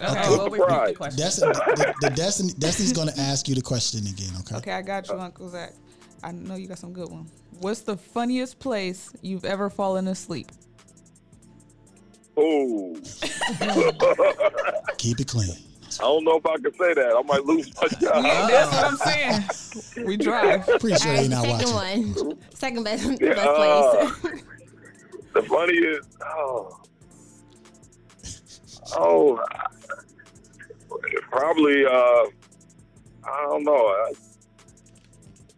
[SPEAKER 4] Okay,
[SPEAKER 1] Okay.
[SPEAKER 4] well, we repeat the
[SPEAKER 9] Surprise.
[SPEAKER 4] question.
[SPEAKER 1] That's the, the Destiny. Destiny's gonna ask you the question again. Okay.
[SPEAKER 2] Okay, I got you, Uncle Zach. I know you got some good one. What's the funniest place you've ever fallen asleep?
[SPEAKER 9] Oh,
[SPEAKER 1] Keep it clean.
[SPEAKER 9] I don't know if I can say that. I might lose my
[SPEAKER 8] Uh,
[SPEAKER 9] job.
[SPEAKER 2] Yeah, that's what I'm saying. We drive.
[SPEAKER 1] Pretty
[SPEAKER 3] All
[SPEAKER 1] sure
[SPEAKER 3] right,
[SPEAKER 1] they not
[SPEAKER 3] second
[SPEAKER 1] watching.
[SPEAKER 3] one. Second best, best
[SPEAKER 9] Yeah.
[SPEAKER 3] place.
[SPEAKER 9] The funniest. Oh, oh, I- probably. Uh, I don't know. I,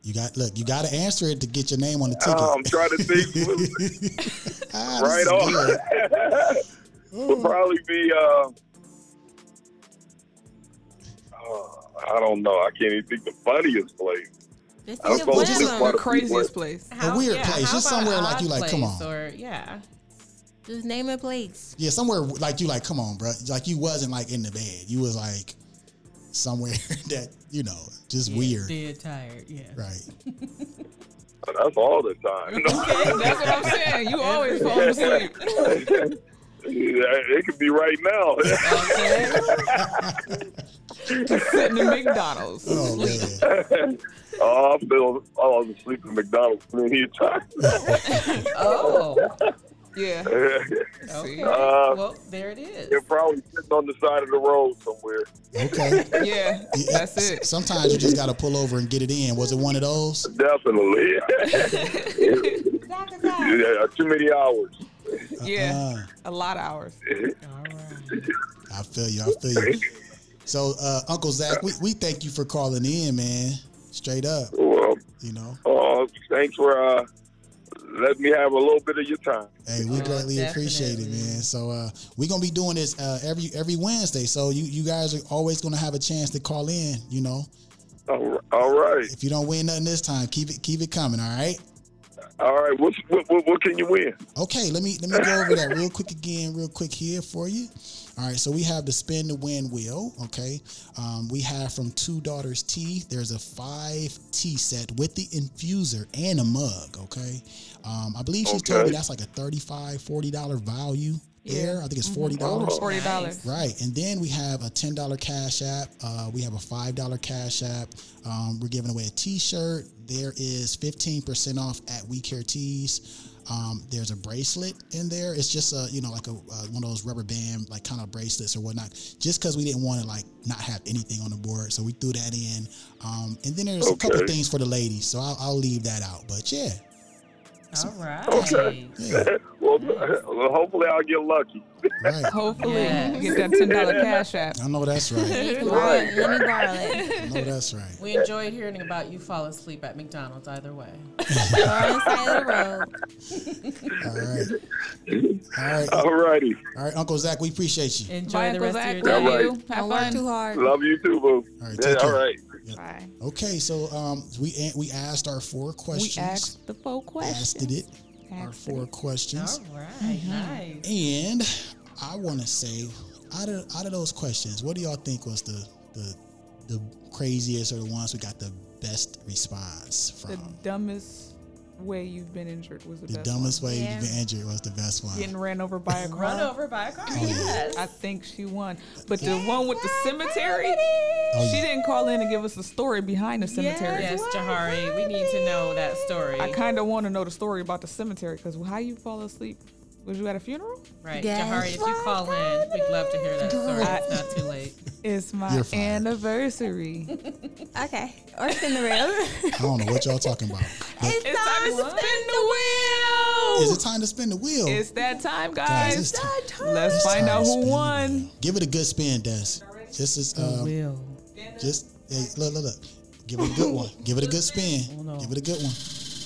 [SPEAKER 1] You got look. You got to answer it to get your name on the ticket.
[SPEAKER 9] I'm trying to think.
[SPEAKER 1] Ah, this
[SPEAKER 9] right
[SPEAKER 1] is good.
[SPEAKER 9] off. would probably be. Uh, oh, I don't know. I can't even think the funniest place.
[SPEAKER 3] Just
[SPEAKER 9] I was
[SPEAKER 3] think of
[SPEAKER 9] supposed
[SPEAKER 3] one
[SPEAKER 9] to look
[SPEAKER 3] of
[SPEAKER 9] for
[SPEAKER 2] The
[SPEAKER 3] them.
[SPEAKER 9] the-
[SPEAKER 2] craziest place.
[SPEAKER 1] A weird
[SPEAKER 4] yeah,
[SPEAKER 1] place,
[SPEAKER 4] how
[SPEAKER 1] just
[SPEAKER 4] about
[SPEAKER 1] somewhere
[SPEAKER 4] an
[SPEAKER 1] like
[SPEAKER 4] odd
[SPEAKER 1] you like. Come
[SPEAKER 4] place
[SPEAKER 1] on.
[SPEAKER 4] Or, yeah.
[SPEAKER 3] Just name a place.
[SPEAKER 1] Yeah, somewhere like you like. Come on, bro. Like you wasn't like in the bed. You was like somewhere that you know just
[SPEAKER 4] Yeah,
[SPEAKER 1] weird,
[SPEAKER 4] Dead tired. Yeah.
[SPEAKER 1] right?
[SPEAKER 9] That's all the time.
[SPEAKER 2] That's what I'm saying. You always fall asleep.
[SPEAKER 9] it could be right now.
[SPEAKER 2] Sitting in McDonald's.
[SPEAKER 1] Oh
[SPEAKER 2] Sleep.
[SPEAKER 1] man,
[SPEAKER 9] oh, I feel I was asleep at McDonald's many a time.
[SPEAKER 4] Oh.
[SPEAKER 2] Yeah.
[SPEAKER 4] Okay.
[SPEAKER 2] See?
[SPEAKER 9] Uh,
[SPEAKER 4] well, there it is.
[SPEAKER 9] You're probably sitting on the side of the road somewhere.
[SPEAKER 1] okay.
[SPEAKER 2] Yeah.
[SPEAKER 1] Yeah,
[SPEAKER 2] That's
[SPEAKER 1] s-
[SPEAKER 2] it.
[SPEAKER 1] Sometimes you just got to pull over and get it in. Was it one of those?
[SPEAKER 9] Definitely. yeah, too many hours.
[SPEAKER 2] Yeah.
[SPEAKER 1] Uh,
[SPEAKER 2] A lot of hours.
[SPEAKER 4] All right.
[SPEAKER 1] I feel you. I feel you. So, uh, Uncle Zach, we, we thank you for calling in, man. Straight up,
[SPEAKER 9] Well,
[SPEAKER 1] you know.
[SPEAKER 9] uh, thanks for uh, letting me have a little bit of your time.
[SPEAKER 1] Hey, we
[SPEAKER 4] Oh,
[SPEAKER 1] greatly appreciate it,
[SPEAKER 4] definitely.
[SPEAKER 1] man. So uh, we're gonna be doing this uh, every every Wednesday. So you you guys are always gonna have a chance to call in. You know,
[SPEAKER 9] All all right.
[SPEAKER 1] if you don't win nothing this time, keep it keep it coming. All right.
[SPEAKER 9] All right. What's, what, what, what can you win?
[SPEAKER 1] Okay, let me let me go over that real quick again, real quick here for you. All right, so we have the spin the win wheel. Okay, um, we have from Two Daughters Tea. There's a five tea set with the infuser and a mug. Okay, um, I believe she's told me
[SPEAKER 9] Okay.
[SPEAKER 1] that's like a 35 40 dollar value there. I think it's forty dollars.
[SPEAKER 2] Forty dollars.
[SPEAKER 1] Right, and then we have a ten dollar cash app. Uh, we have a five dollar cash app. Um, we're giving away a T-shirt. There is fifteen percent off at We Care Tees. Um, there's a bracelet in there. It's just a you know like a uh, one of those rubber band like kind of bracelets or whatnot. Just because we didn't want to like not have anything on the board, so we threw that in. Um, and then there's a couple
[SPEAKER 9] Okay.
[SPEAKER 1] things for the ladies, so I'll, I'll leave that out. But yeah,
[SPEAKER 4] All right.
[SPEAKER 9] Okay.
[SPEAKER 1] yeah,
[SPEAKER 9] well, well, hopefully I'll get lucky.
[SPEAKER 1] right.
[SPEAKER 2] Hopefully,
[SPEAKER 4] Yes.
[SPEAKER 2] you get that ten dollar cash app.
[SPEAKER 1] I know that's right.
[SPEAKER 3] You can borrow it. Let me borrow it.
[SPEAKER 1] I know that's right.
[SPEAKER 4] We enjoy hearing about you fall asleep at McDonald's either way.
[SPEAKER 3] Borrow it on the side of the road.
[SPEAKER 1] All right. All right.
[SPEAKER 9] All righty.
[SPEAKER 1] All right, Uncle Zach, we appreciate you.
[SPEAKER 4] Enjoy
[SPEAKER 2] Bye,
[SPEAKER 4] the
[SPEAKER 2] Uncle
[SPEAKER 4] rest
[SPEAKER 2] Zach.
[SPEAKER 4] of your
[SPEAKER 9] All
[SPEAKER 4] day.
[SPEAKER 9] right.
[SPEAKER 2] Love you. Have
[SPEAKER 3] Don't work too
[SPEAKER 2] fun.
[SPEAKER 3] hard.
[SPEAKER 9] Love you too, boo.
[SPEAKER 1] All right,
[SPEAKER 9] Yeah,
[SPEAKER 1] take
[SPEAKER 9] all
[SPEAKER 1] care.
[SPEAKER 9] right.
[SPEAKER 2] Bye.
[SPEAKER 1] Okay, so um, we an- we asked our four
[SPEAKER 2] We
[SPEAKER 1] questions.
[SPEAKER 2] asked the four questions.
[SPEAKER 1] Asked it. Our
[SPEAKER 2] Asked
[SPEAKER 1] four questions,
[SPEAKER 4] All right. Nice.
[SPEAKER 1] and I want to say, out of out of those questions, what do y'all think was the the the craziest or the ones we got the best response
[SPEAKER 2] The
[SPEAKER 1] from?
[SPEAKER 2] dumbest way you've been injured was the,
[SPEAKER 1] The,
[SPEAKER 2] best
[SPEAKER 1] dumbest
[SPEAKER 2] one.
[SPEAKER 1] way
[SPEAKER 3] Yeah.
[SPEAKER 1] you've been injured was the best one.
[SPEAKER 2] Getting ran over by a car.
[SPEAKER 4] Run over by a car. Yes.
[SPEAKER 2] I think she won. But the one with the cemetery,
[SPEAKER 1] Oh,
[SPEAKER 2] she
[SPEAKER 1] yeah.
[SPEAKER 2] didn't call in and give us the story behind the cemetery.
[SPEAKER 4] Yes, Jahari. We need to know that story.
[SPEAKER 2] I kind of want to know the story about the cemetery because how you fall asleep? Was you at a funeral?
[SPEAKER 4] right.
[SPEAKER 3] Yes.
[SPEAKER 4] Jahari, if you call in, we'd love to hear that story. It's not too late.
[SPEAKER 2] It's my
[SPEAKER 1] You're fired.
[SPEAKER 2] anniversary.
[SPEAKER 3] Okay. Or Cinderella.
[SPEAKER 1] I don't know what y'all talking about. But
[SPEAKER 2] it's time to
[SPEAKER 4] What?
[SPEAKER 2] spin the wheel.
[SPEAKER 1] is it time to spin the wheel?
[SPEAKER 2] It's that time,
[SPEAKER 1] Guys, it's
[SPEAKER 2] guys.
[SPEAKER 1] time-
[SPEAKER 2] Let's
[SPEAKER 1] it's
[SPEAKER 2] find
[SPEAKER 1] time to
[SPEAKER 2] out who
[SPEAKER 1] spin the
[SPEAKER 2] won.
[SPEAKER 1] wheel. Give it a good spin, Des. Just as um,
[SPEAKER 4] Will.
[SPEAKER 1] Just hey, look, look, look. Give it a good one. Give it a good spin.
[SPEAKER 4] Uno.
[SPEAKER 1] Give it a good one.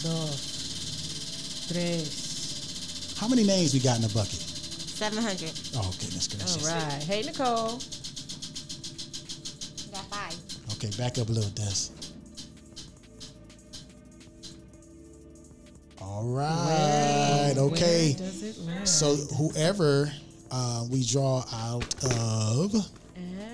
[SPEAKER 4] Dos. Tres.
[SPEAKER 1] How many names we got in the bucket?
[SPEAKER 3] 700.
[SPEAKER 1] Oh goodness gracious.
[SPEAKER 4] All right. Hey, Nicole.
[SPEAKER 3] Got five.
[SPEAKER 1] Okay, back up a little, Des. All right. Okay.
[SPEAKER 4] Where does it land?
[SPEAKER 1] So whoever uh, we draw out of
[SPEAKER 4] And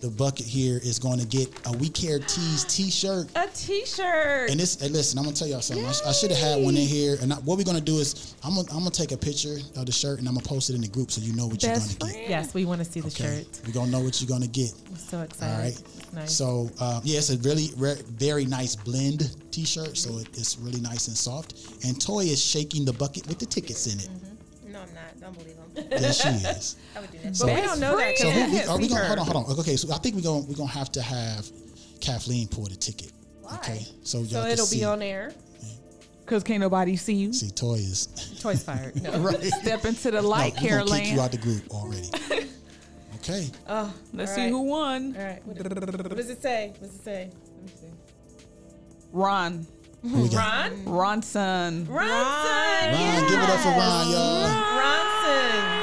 [SPEAKER 1] the bucket here is going to get a We Care Tees T-shirt.
[SPEAKER 4] a T-shirt.
[SPEAKER 1] And this, and listen, I'm gonna tell y'all something. I, sh- I should have had one in here. And I, what we're gonna do is, I'm gonna, I'm gonna take a picture of the shirt and I'm gonna post it in the group so you know what you're gonna
[SPEAKER 2] Best
[SPEAKER 1] get.
[SPEAKER 2] friend.
[SPEAKER 4] yes, we want to see the shirt.
[SPEAKER 1] We're gonna know what you're gonna get.
[SPEAKER 4] I'm so
[SPEAKER 1] All
[SPEAKER 4] excited.
[SPEAKER 1] right.
[SPEAKER 4] Nice.
[SPEAKER 1] So um, yeah, it's a really re- very nice blend T-shirt. So it, it's really nice and soft. And Toy is shaking the bucket with the tickets in it.
[SPEAKER 3] No, I'm not. Don't believe him.
[SPEAKER 1] Yes, she is.
[SPEAKER 3] I would do that.
[SPEAKER 1] So,
[SPEAKER 4] we don't know that.
[SPEAKER 1] so who, we,
[SPEAKER 4] yet.
[SPEAKER 1] are we gonna hold on? Hold on. Okay, so I think we're gonna we're gonna have to have Kathleen pull the ticket. Okay, so y'all
[SPEAKER 4] So
[SPEAKER 1] can
[SPEAKER 4] it'll
[SPEAKER 1] see,
[SPEAKER 4] be on air.
[SPEAKER 2] Because can't nobody see you.
[SPEAKER 1] see Toy is
[SPEAKER 4] Toys fired. No.
[SPEAKER 1] right.
[SPEAKER 2] Step into the
[SPEAKER 1] No,
[SPEAKER 2] light,
[SPEAKER 1] we gonna kick you
[SPEAKER 2] Caroline.
[SPEAKER 1] out the group already. Okay.
[SPEAKER 2] Let's
[SPEAKER 4] All
[SPEAKER 2] see
[SPEAKER 4] right.
[SPEAKER 2] who won.
[SPEAKER 4] All right. What, what does it say? What does it say? Let me see.
[SPEAKER 2] Ron.
[SPEAKER 4] Uh-huh.
[SPEAKER 1] Who we got?
[SPEAKER 4] Ron.
[SPEAKER 2] Ronson.
[SPEAKER 4] Ronson.
[SPEAKER 1] Ron, give it up for Ron, y'all.
[SPEAKER 4] Ronson.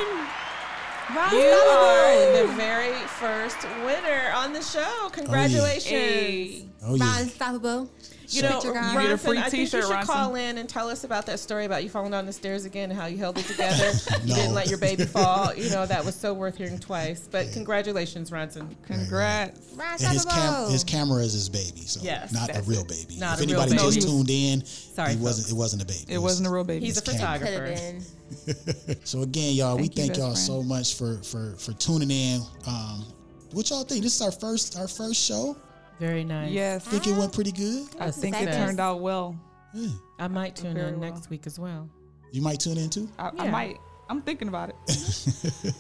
[SPEAKER 3] Ron
[SPEAKER 4] You
[SPEAKER 3] Sullivan.
[SPEAKER 4] are the very first winner on the show. Congratulations.
[SPEAKER 2] Hey.
[SPEAKER 1] Oh, yeah.
[SPEAKER 3] Ron Stoppable.
[SPEAKER 4] You know,
[SPEAKER 3] Picture guy.
[SPEAKER 4] Ronson,
[SPEAKER 3] You
[SPEAKER 2] get a free
[SPEAKER 4] I think you
[SPEAKER 2] t-shirt,
[SPEAKER 4] should
[SPEAKER 2] Ronson.
[SPEAKER 4] call in and tell us about that story about you falling down the stairs again and how you held it together. You
[SPEAKER 1] No.
[SPEAKER 4] didn't let your baby fall. You know, that was so worth hearing twice. But congratulations, Ronson.
[SPEAKER 2] Congrats.
[SPEAKER 3] Ron
[SPEAKER 1] And his, cam-
[SPEAKER 3] Stoppable.
[SPEAKER 1] his camera is his baby, so
[SPEAKER 4] Yes,
[SPEAKER 1] not a
[SPEAKER 4] that's
[SPEAKER 1] real
[SPEAKER 4] it.
[SPEAKER 1] baby.
[SPEAKER 4] Not
[SPEAKER 1] if
[SPEAKER 4] a real
[SPEAKER 1] anybody
[SPEAKER 4] baby.
[SPEAKER 1] just
[SPEAKER 4] No, he
[SPEAKER 1] tuned in,
[SPEAKER 4] Sorry,
[SPEAKER 1] it wasn't. It wasn't a baby.
[SPEAKER 2] It wasn't a real baby.
[SPEAKER 4] He's a
[SPEAKER 3] Could
[SPEAKER 4] photographer.
[SPEAKER 3] have been.
[SPEAKER 1] So again, y'all,
[SPEAKER 2] Thank you,
[SPEAKER 1] we thank
[SPEAKER 2] best
[SPEAKER 1] y'all
[SPEAKER 2] friend.
[SPEAKER 1] so much for for for tuning in. Um, what y'all think? This is our first our first show.
[SPEAKER 4] Very nice.
[SPEAKER 2] yes.
[SPEAKER 1] Think it went pretty good.
[SPEAKER 4] I think
[SPEAKER 2] it
[SPEAKER 4] so.
[SPEAKER 2] turned out well.
[SPEAKER 1] Yeah.
[SPEAKER 4] I might tune
[SPEAKER 2] Very
[SPEAKER 4] in
[SPEAKER 2] well.
[SPEAKER 4] next week as well.
[SPEAKER 1] You might tune in too.
[SPEAKER 2] I, I
[SPEAKER 4] Yeah.
[SPEAKER 2] might. I'm thinking about it.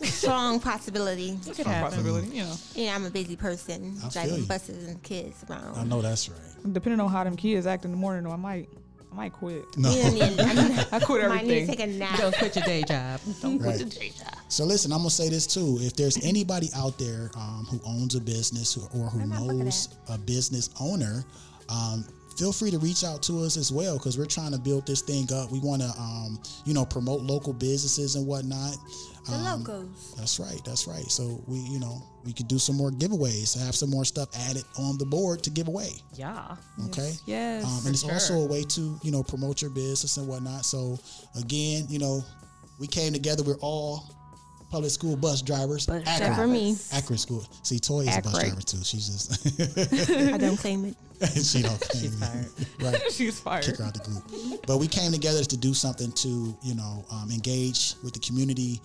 [SPEAKER 3] Strong possibility.
[SPEAKER 4] It could happen.
[SPEAKER 2] Possibility, you know.
[SPEAKER 3] Yeah, I'm a busy person,
[SPEAKER 1] I feel
[SPEAKER 3] driving
[SPEAKER 1] you.
[SPEAKER 3] buses and kids around.
[SPEAKER 1] I know that's right.
[SPEAKER 2] Depending on how them kids act in the morning, though, I might, I might quit.
[SPEAKER 1] No,
[SPEAKER 3] You don't need- I mean,
[SPEAKER 2] I quit
[SPEAKER 3] might need to
[SPEAKER 2] everything.
[SPEAKER 3] take a nap.
[SPEAKER 4] Don't quit your day job.
[SPEAKER 1] right. So listen, I'm gonna say this too. If there's anybody out there um, who owns a business or, or who knows a business owner, um, feel free to reach out to us as well because we're trying to build this thing up. We want to, um, you know, promote local businesses and whatnot.
[SPEAKER 3] The
[SPEAKER 1] Um,
[SPEAKER 3] locals.
[SPEAKER 1] That's right. That's right. So we, you know, we could do some more giveaways, have some more stuff added on the board to give away.
[SPEAKER 4] Yeah.
[SPEAKER 1] Okay.
[SPEAKER 2] Yes.
[SPEAKER 1] Um, and it's also a way to, you know, promote your business and whatnot. So again, you know, we came together. We're all public school bus drivers.
[SPEAKER 3] Except for me.
[SPEAKER 1] Akron school. See, Toy is a bus
[SPEAKER 2] Akron.
[SPEAKER 1] driver too. She's just
[SPEAKER 3] I don't claim it.
[SPEAKER 1] she don't. She's
[SPEAKER 4] fired.
[SPEAKER 1] Right
[SPEAKER 2] She's fired.
[SPEAKER 1] kick her out the group. But we came together to do something to, you know, um, engage with the community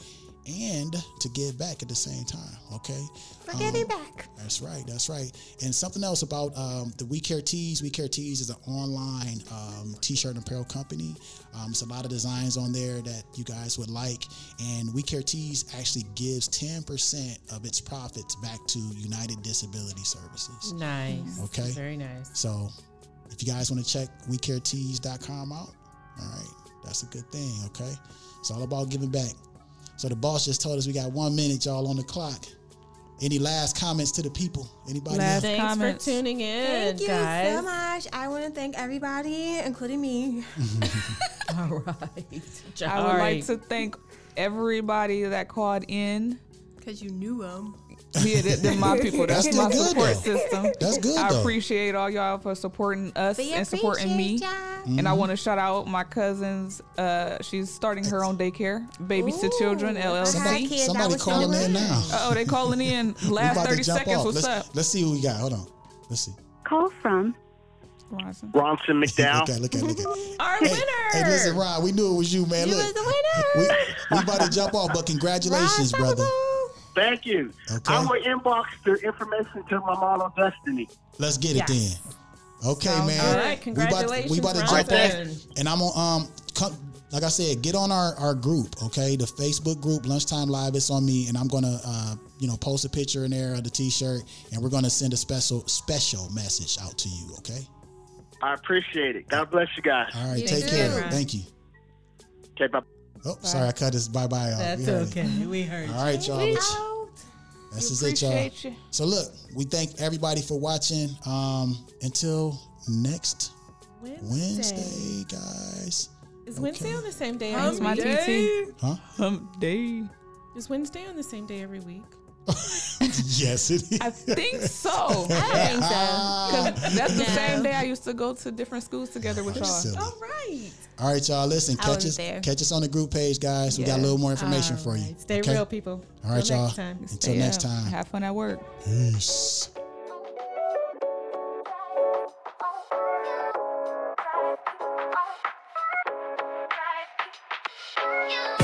[SPEAKER 1] and to give back at the same time. Okay. Um,
[SPEAKER 3] We're giving back.
[SPEAKER 1] That's right. That's right. And something else about um, the We Care Tees. We Care Tees is an online um, t-shirt and apparel company. Um, it's a lot of designs on there that you guys would like. And We Care Tees actually gives 10% of its profits back to United Disability Services.
[SPEAKER 4] Nice.
[SPEAKER 1] Okay.
[SPEAKER 4] Very nice.
[SPEAKER 1] So if you guys want to check wecaretees.com out, all right, that's a good thing, okay? It's all about giving back. So the boss just told us we got one minute, y'all, on the clock. Any last comments to the people? Anybody
[SPEAKER 2] Last-
[SPEAKER 1] else?
[SPEAKER 4] Thanks
[SPEAKER 2] comments.
[SPEAKER 4] for tuning in,
[SPEAKER 3] Thank you
[SPEAKER 4] guys.
[SPEAKER 3] so much. I want to thank everybody, including me.
[SPEAKER 4] All right.
[SPEAKER 2] I would like to thank everybody that called in.
[SPEAKER 3] Because you knew them.
[SPEAKER 2] Yeah, that, that my people. That's,
[SPEAKER 1] That's
[SPEAKER 2] my
[SPEAKER 1] still good,
[SPEAKER 2] support
[SPEAKER 1] though.
[SPEAKER 2] system.
[SPEAKER 1] That's good,
[SPEAKER 2] I
[SPEAKER 1] though.
[SPEAKER 2] appreciate all y'all for supporting us
[SPEAKER 3] We
[SPEAKER 2] and supporting me.
[SPEAKER 3] appreciate y'all.
[SPEAKER 2] And I
[SPEAKER 1] Mm-hmm.
[SPEAKER 2] want to shout out my cousins. Uh, she's starting her own daycare, Babies to Children
[SPEAKER 3] Ooh, if I had
[SPEAKER 2] LLC.
[SPEAKER 3] kids, I
[SPEAKER 1] Somebody
[SPEAKER 3] would
[SPEAKER 1] calling
[SPEAKER 3] still
[SPEAKER 1] in
[SPEAKER 3] learn.
[SPEAKER 1] now.
[SPEAKER 2] Oh, they calling in.
[SPEAKER 1] We
[SPEAKER 2] Last
[SPEAKER 1] about to
[SPEAKER 2] thirty
[SPEAKER 1] jump
[SPEAKER 2] seconds.
[SPEAKER 1] off.
[SPEAKER 2] What's
[SPEAKER 1] let's,
[SPEAKER 2] up?
[SPEAKER 1] let's see who we got. Hold on. Let's see.
[SPEAKER 5] Call from
[SPEAKER 2] Ronson?
[SPEAKER 8] Bronson
[SPEAKER 1] Look
[SPEAKER 8] McDowell.
[SPEAKER 1] at, look at, look at.
[SPEAKER 4] Our
[SPEAKER 1] hey,
[SPEAKER 4] winner.
[SPEAKER 1] hey, listen, Ron, we knew it was you, man.
[SPEAKER 3] You was
[SPEAKER 1] look,
[SPEAKER 3] the winner.
[SPEAKER 1] we, we about to jump off, but congratulations,
[SPEAKER 3] Ron
[SPEAKER 1] brother.
[SPEAKER 3] Stoppable.
[SPEAKER 8] Thank you.
[SPEAKER 1] Okay.
[SPEAKER 8] I will inbox the information to my model Destiny.
[SPEAKER 1] Let's get it
[SPEAKER 4] Yes.
[SPEAKER 1] then. Okay, man.
[SPEAKER 4] All right.
[SPEAKER 1] We about to-
[SPEAKER 4] Congratulations.
[SPEAKER 1] We about to, jump
[SPEAKER 4] Ronson.
[SPEAKER 1] off. And I'm on um come like I said, get on our, our group, okay? The Facebook group, Lunchtime Live, it's on me, and I'm gonna uh, you know, post a picture in there of the t shirt and we're gonna send a special special message out to you, okay?
[SPEAKER 8] I appreciate it. God bless you guys.
[SPEAKER 1] All right,
[SPEAKER 4] You
[SPEAKER 1] take
[SPEAKER 4] too,
[SPEAKER 1] care.
[SPEAKER 4] Ron.
[SPEAKER 1] Thank you.
[SPEAKER 8] Okay, bye.
[SPEAKER 1] Oh, sorry, I cut this bye bye off.
[SPEAKER 4] That's
[SPEAKER 1] We heard it.
[SPEAKER 4] okay. We heard.
[SPEAKER 1] All right, y'all. That's- This is it, y'all.
[SPEAKER 2] Appreciate you.
[SPEAKER 1] So look, we thank everybody for watching. Um, until next
[SPEAKER 4] Wednesday.
[SPEAKER 1] Wednesday, guys.
[SPEAKER 4] Is Wednesday
[SPEAKER 1] Okay.
[SPEAKER 4] on the same day?
[SPEAKER 2] That's
[SPEAKER 4] Every
[SPEAKER 2] my Um,
[SPEAKER 4] week?
[SPEAKER 2] TT.
[SPEAKER 1] Huh?
[SPEAKER 2] Hump day.
[SPEAKER 4] Is Wednesday on the same day every week?
[SPEAKER 1] Yes, it is.
[SPEAKER 2] I think so.
[SPEAKER 3] I think so.
[SPEAKER 2] Because that's the
[SPEAKER 3] No.
[SPEAKER 2] same day I used to go to different schools together with y'all.
[SPEAKER 1] Silly.
[SPEAKER 4] All right.
[SPEAKER 1] All right, y'all. Listen, catch
[SPEAKER 3] was
[SPEAKER 1] us
[SPEAKER 3] there.
[SPEAKER 1] catch us on the group page, guys. We got a little more information
[SPEAKER 4] All
[SPEAKER 1] for you.
[SPEAKER 4] right. Stay
[SPEAKER 1] okay?
[SPEAKER 4] real, people.
[SPEAKER 1] All right,
[SPEAKER 4] Till
[SPEAKER 1] y'all.
[SPEAKER 4] next time.
[SPEAKER 1] Until next
[SPEAKER 2] Yeah,
[SPEAKER 1] time.
[SPEAKER 2] Have fun at work.
[SPEAKER 1] Peace.
[SPEAKER 7] You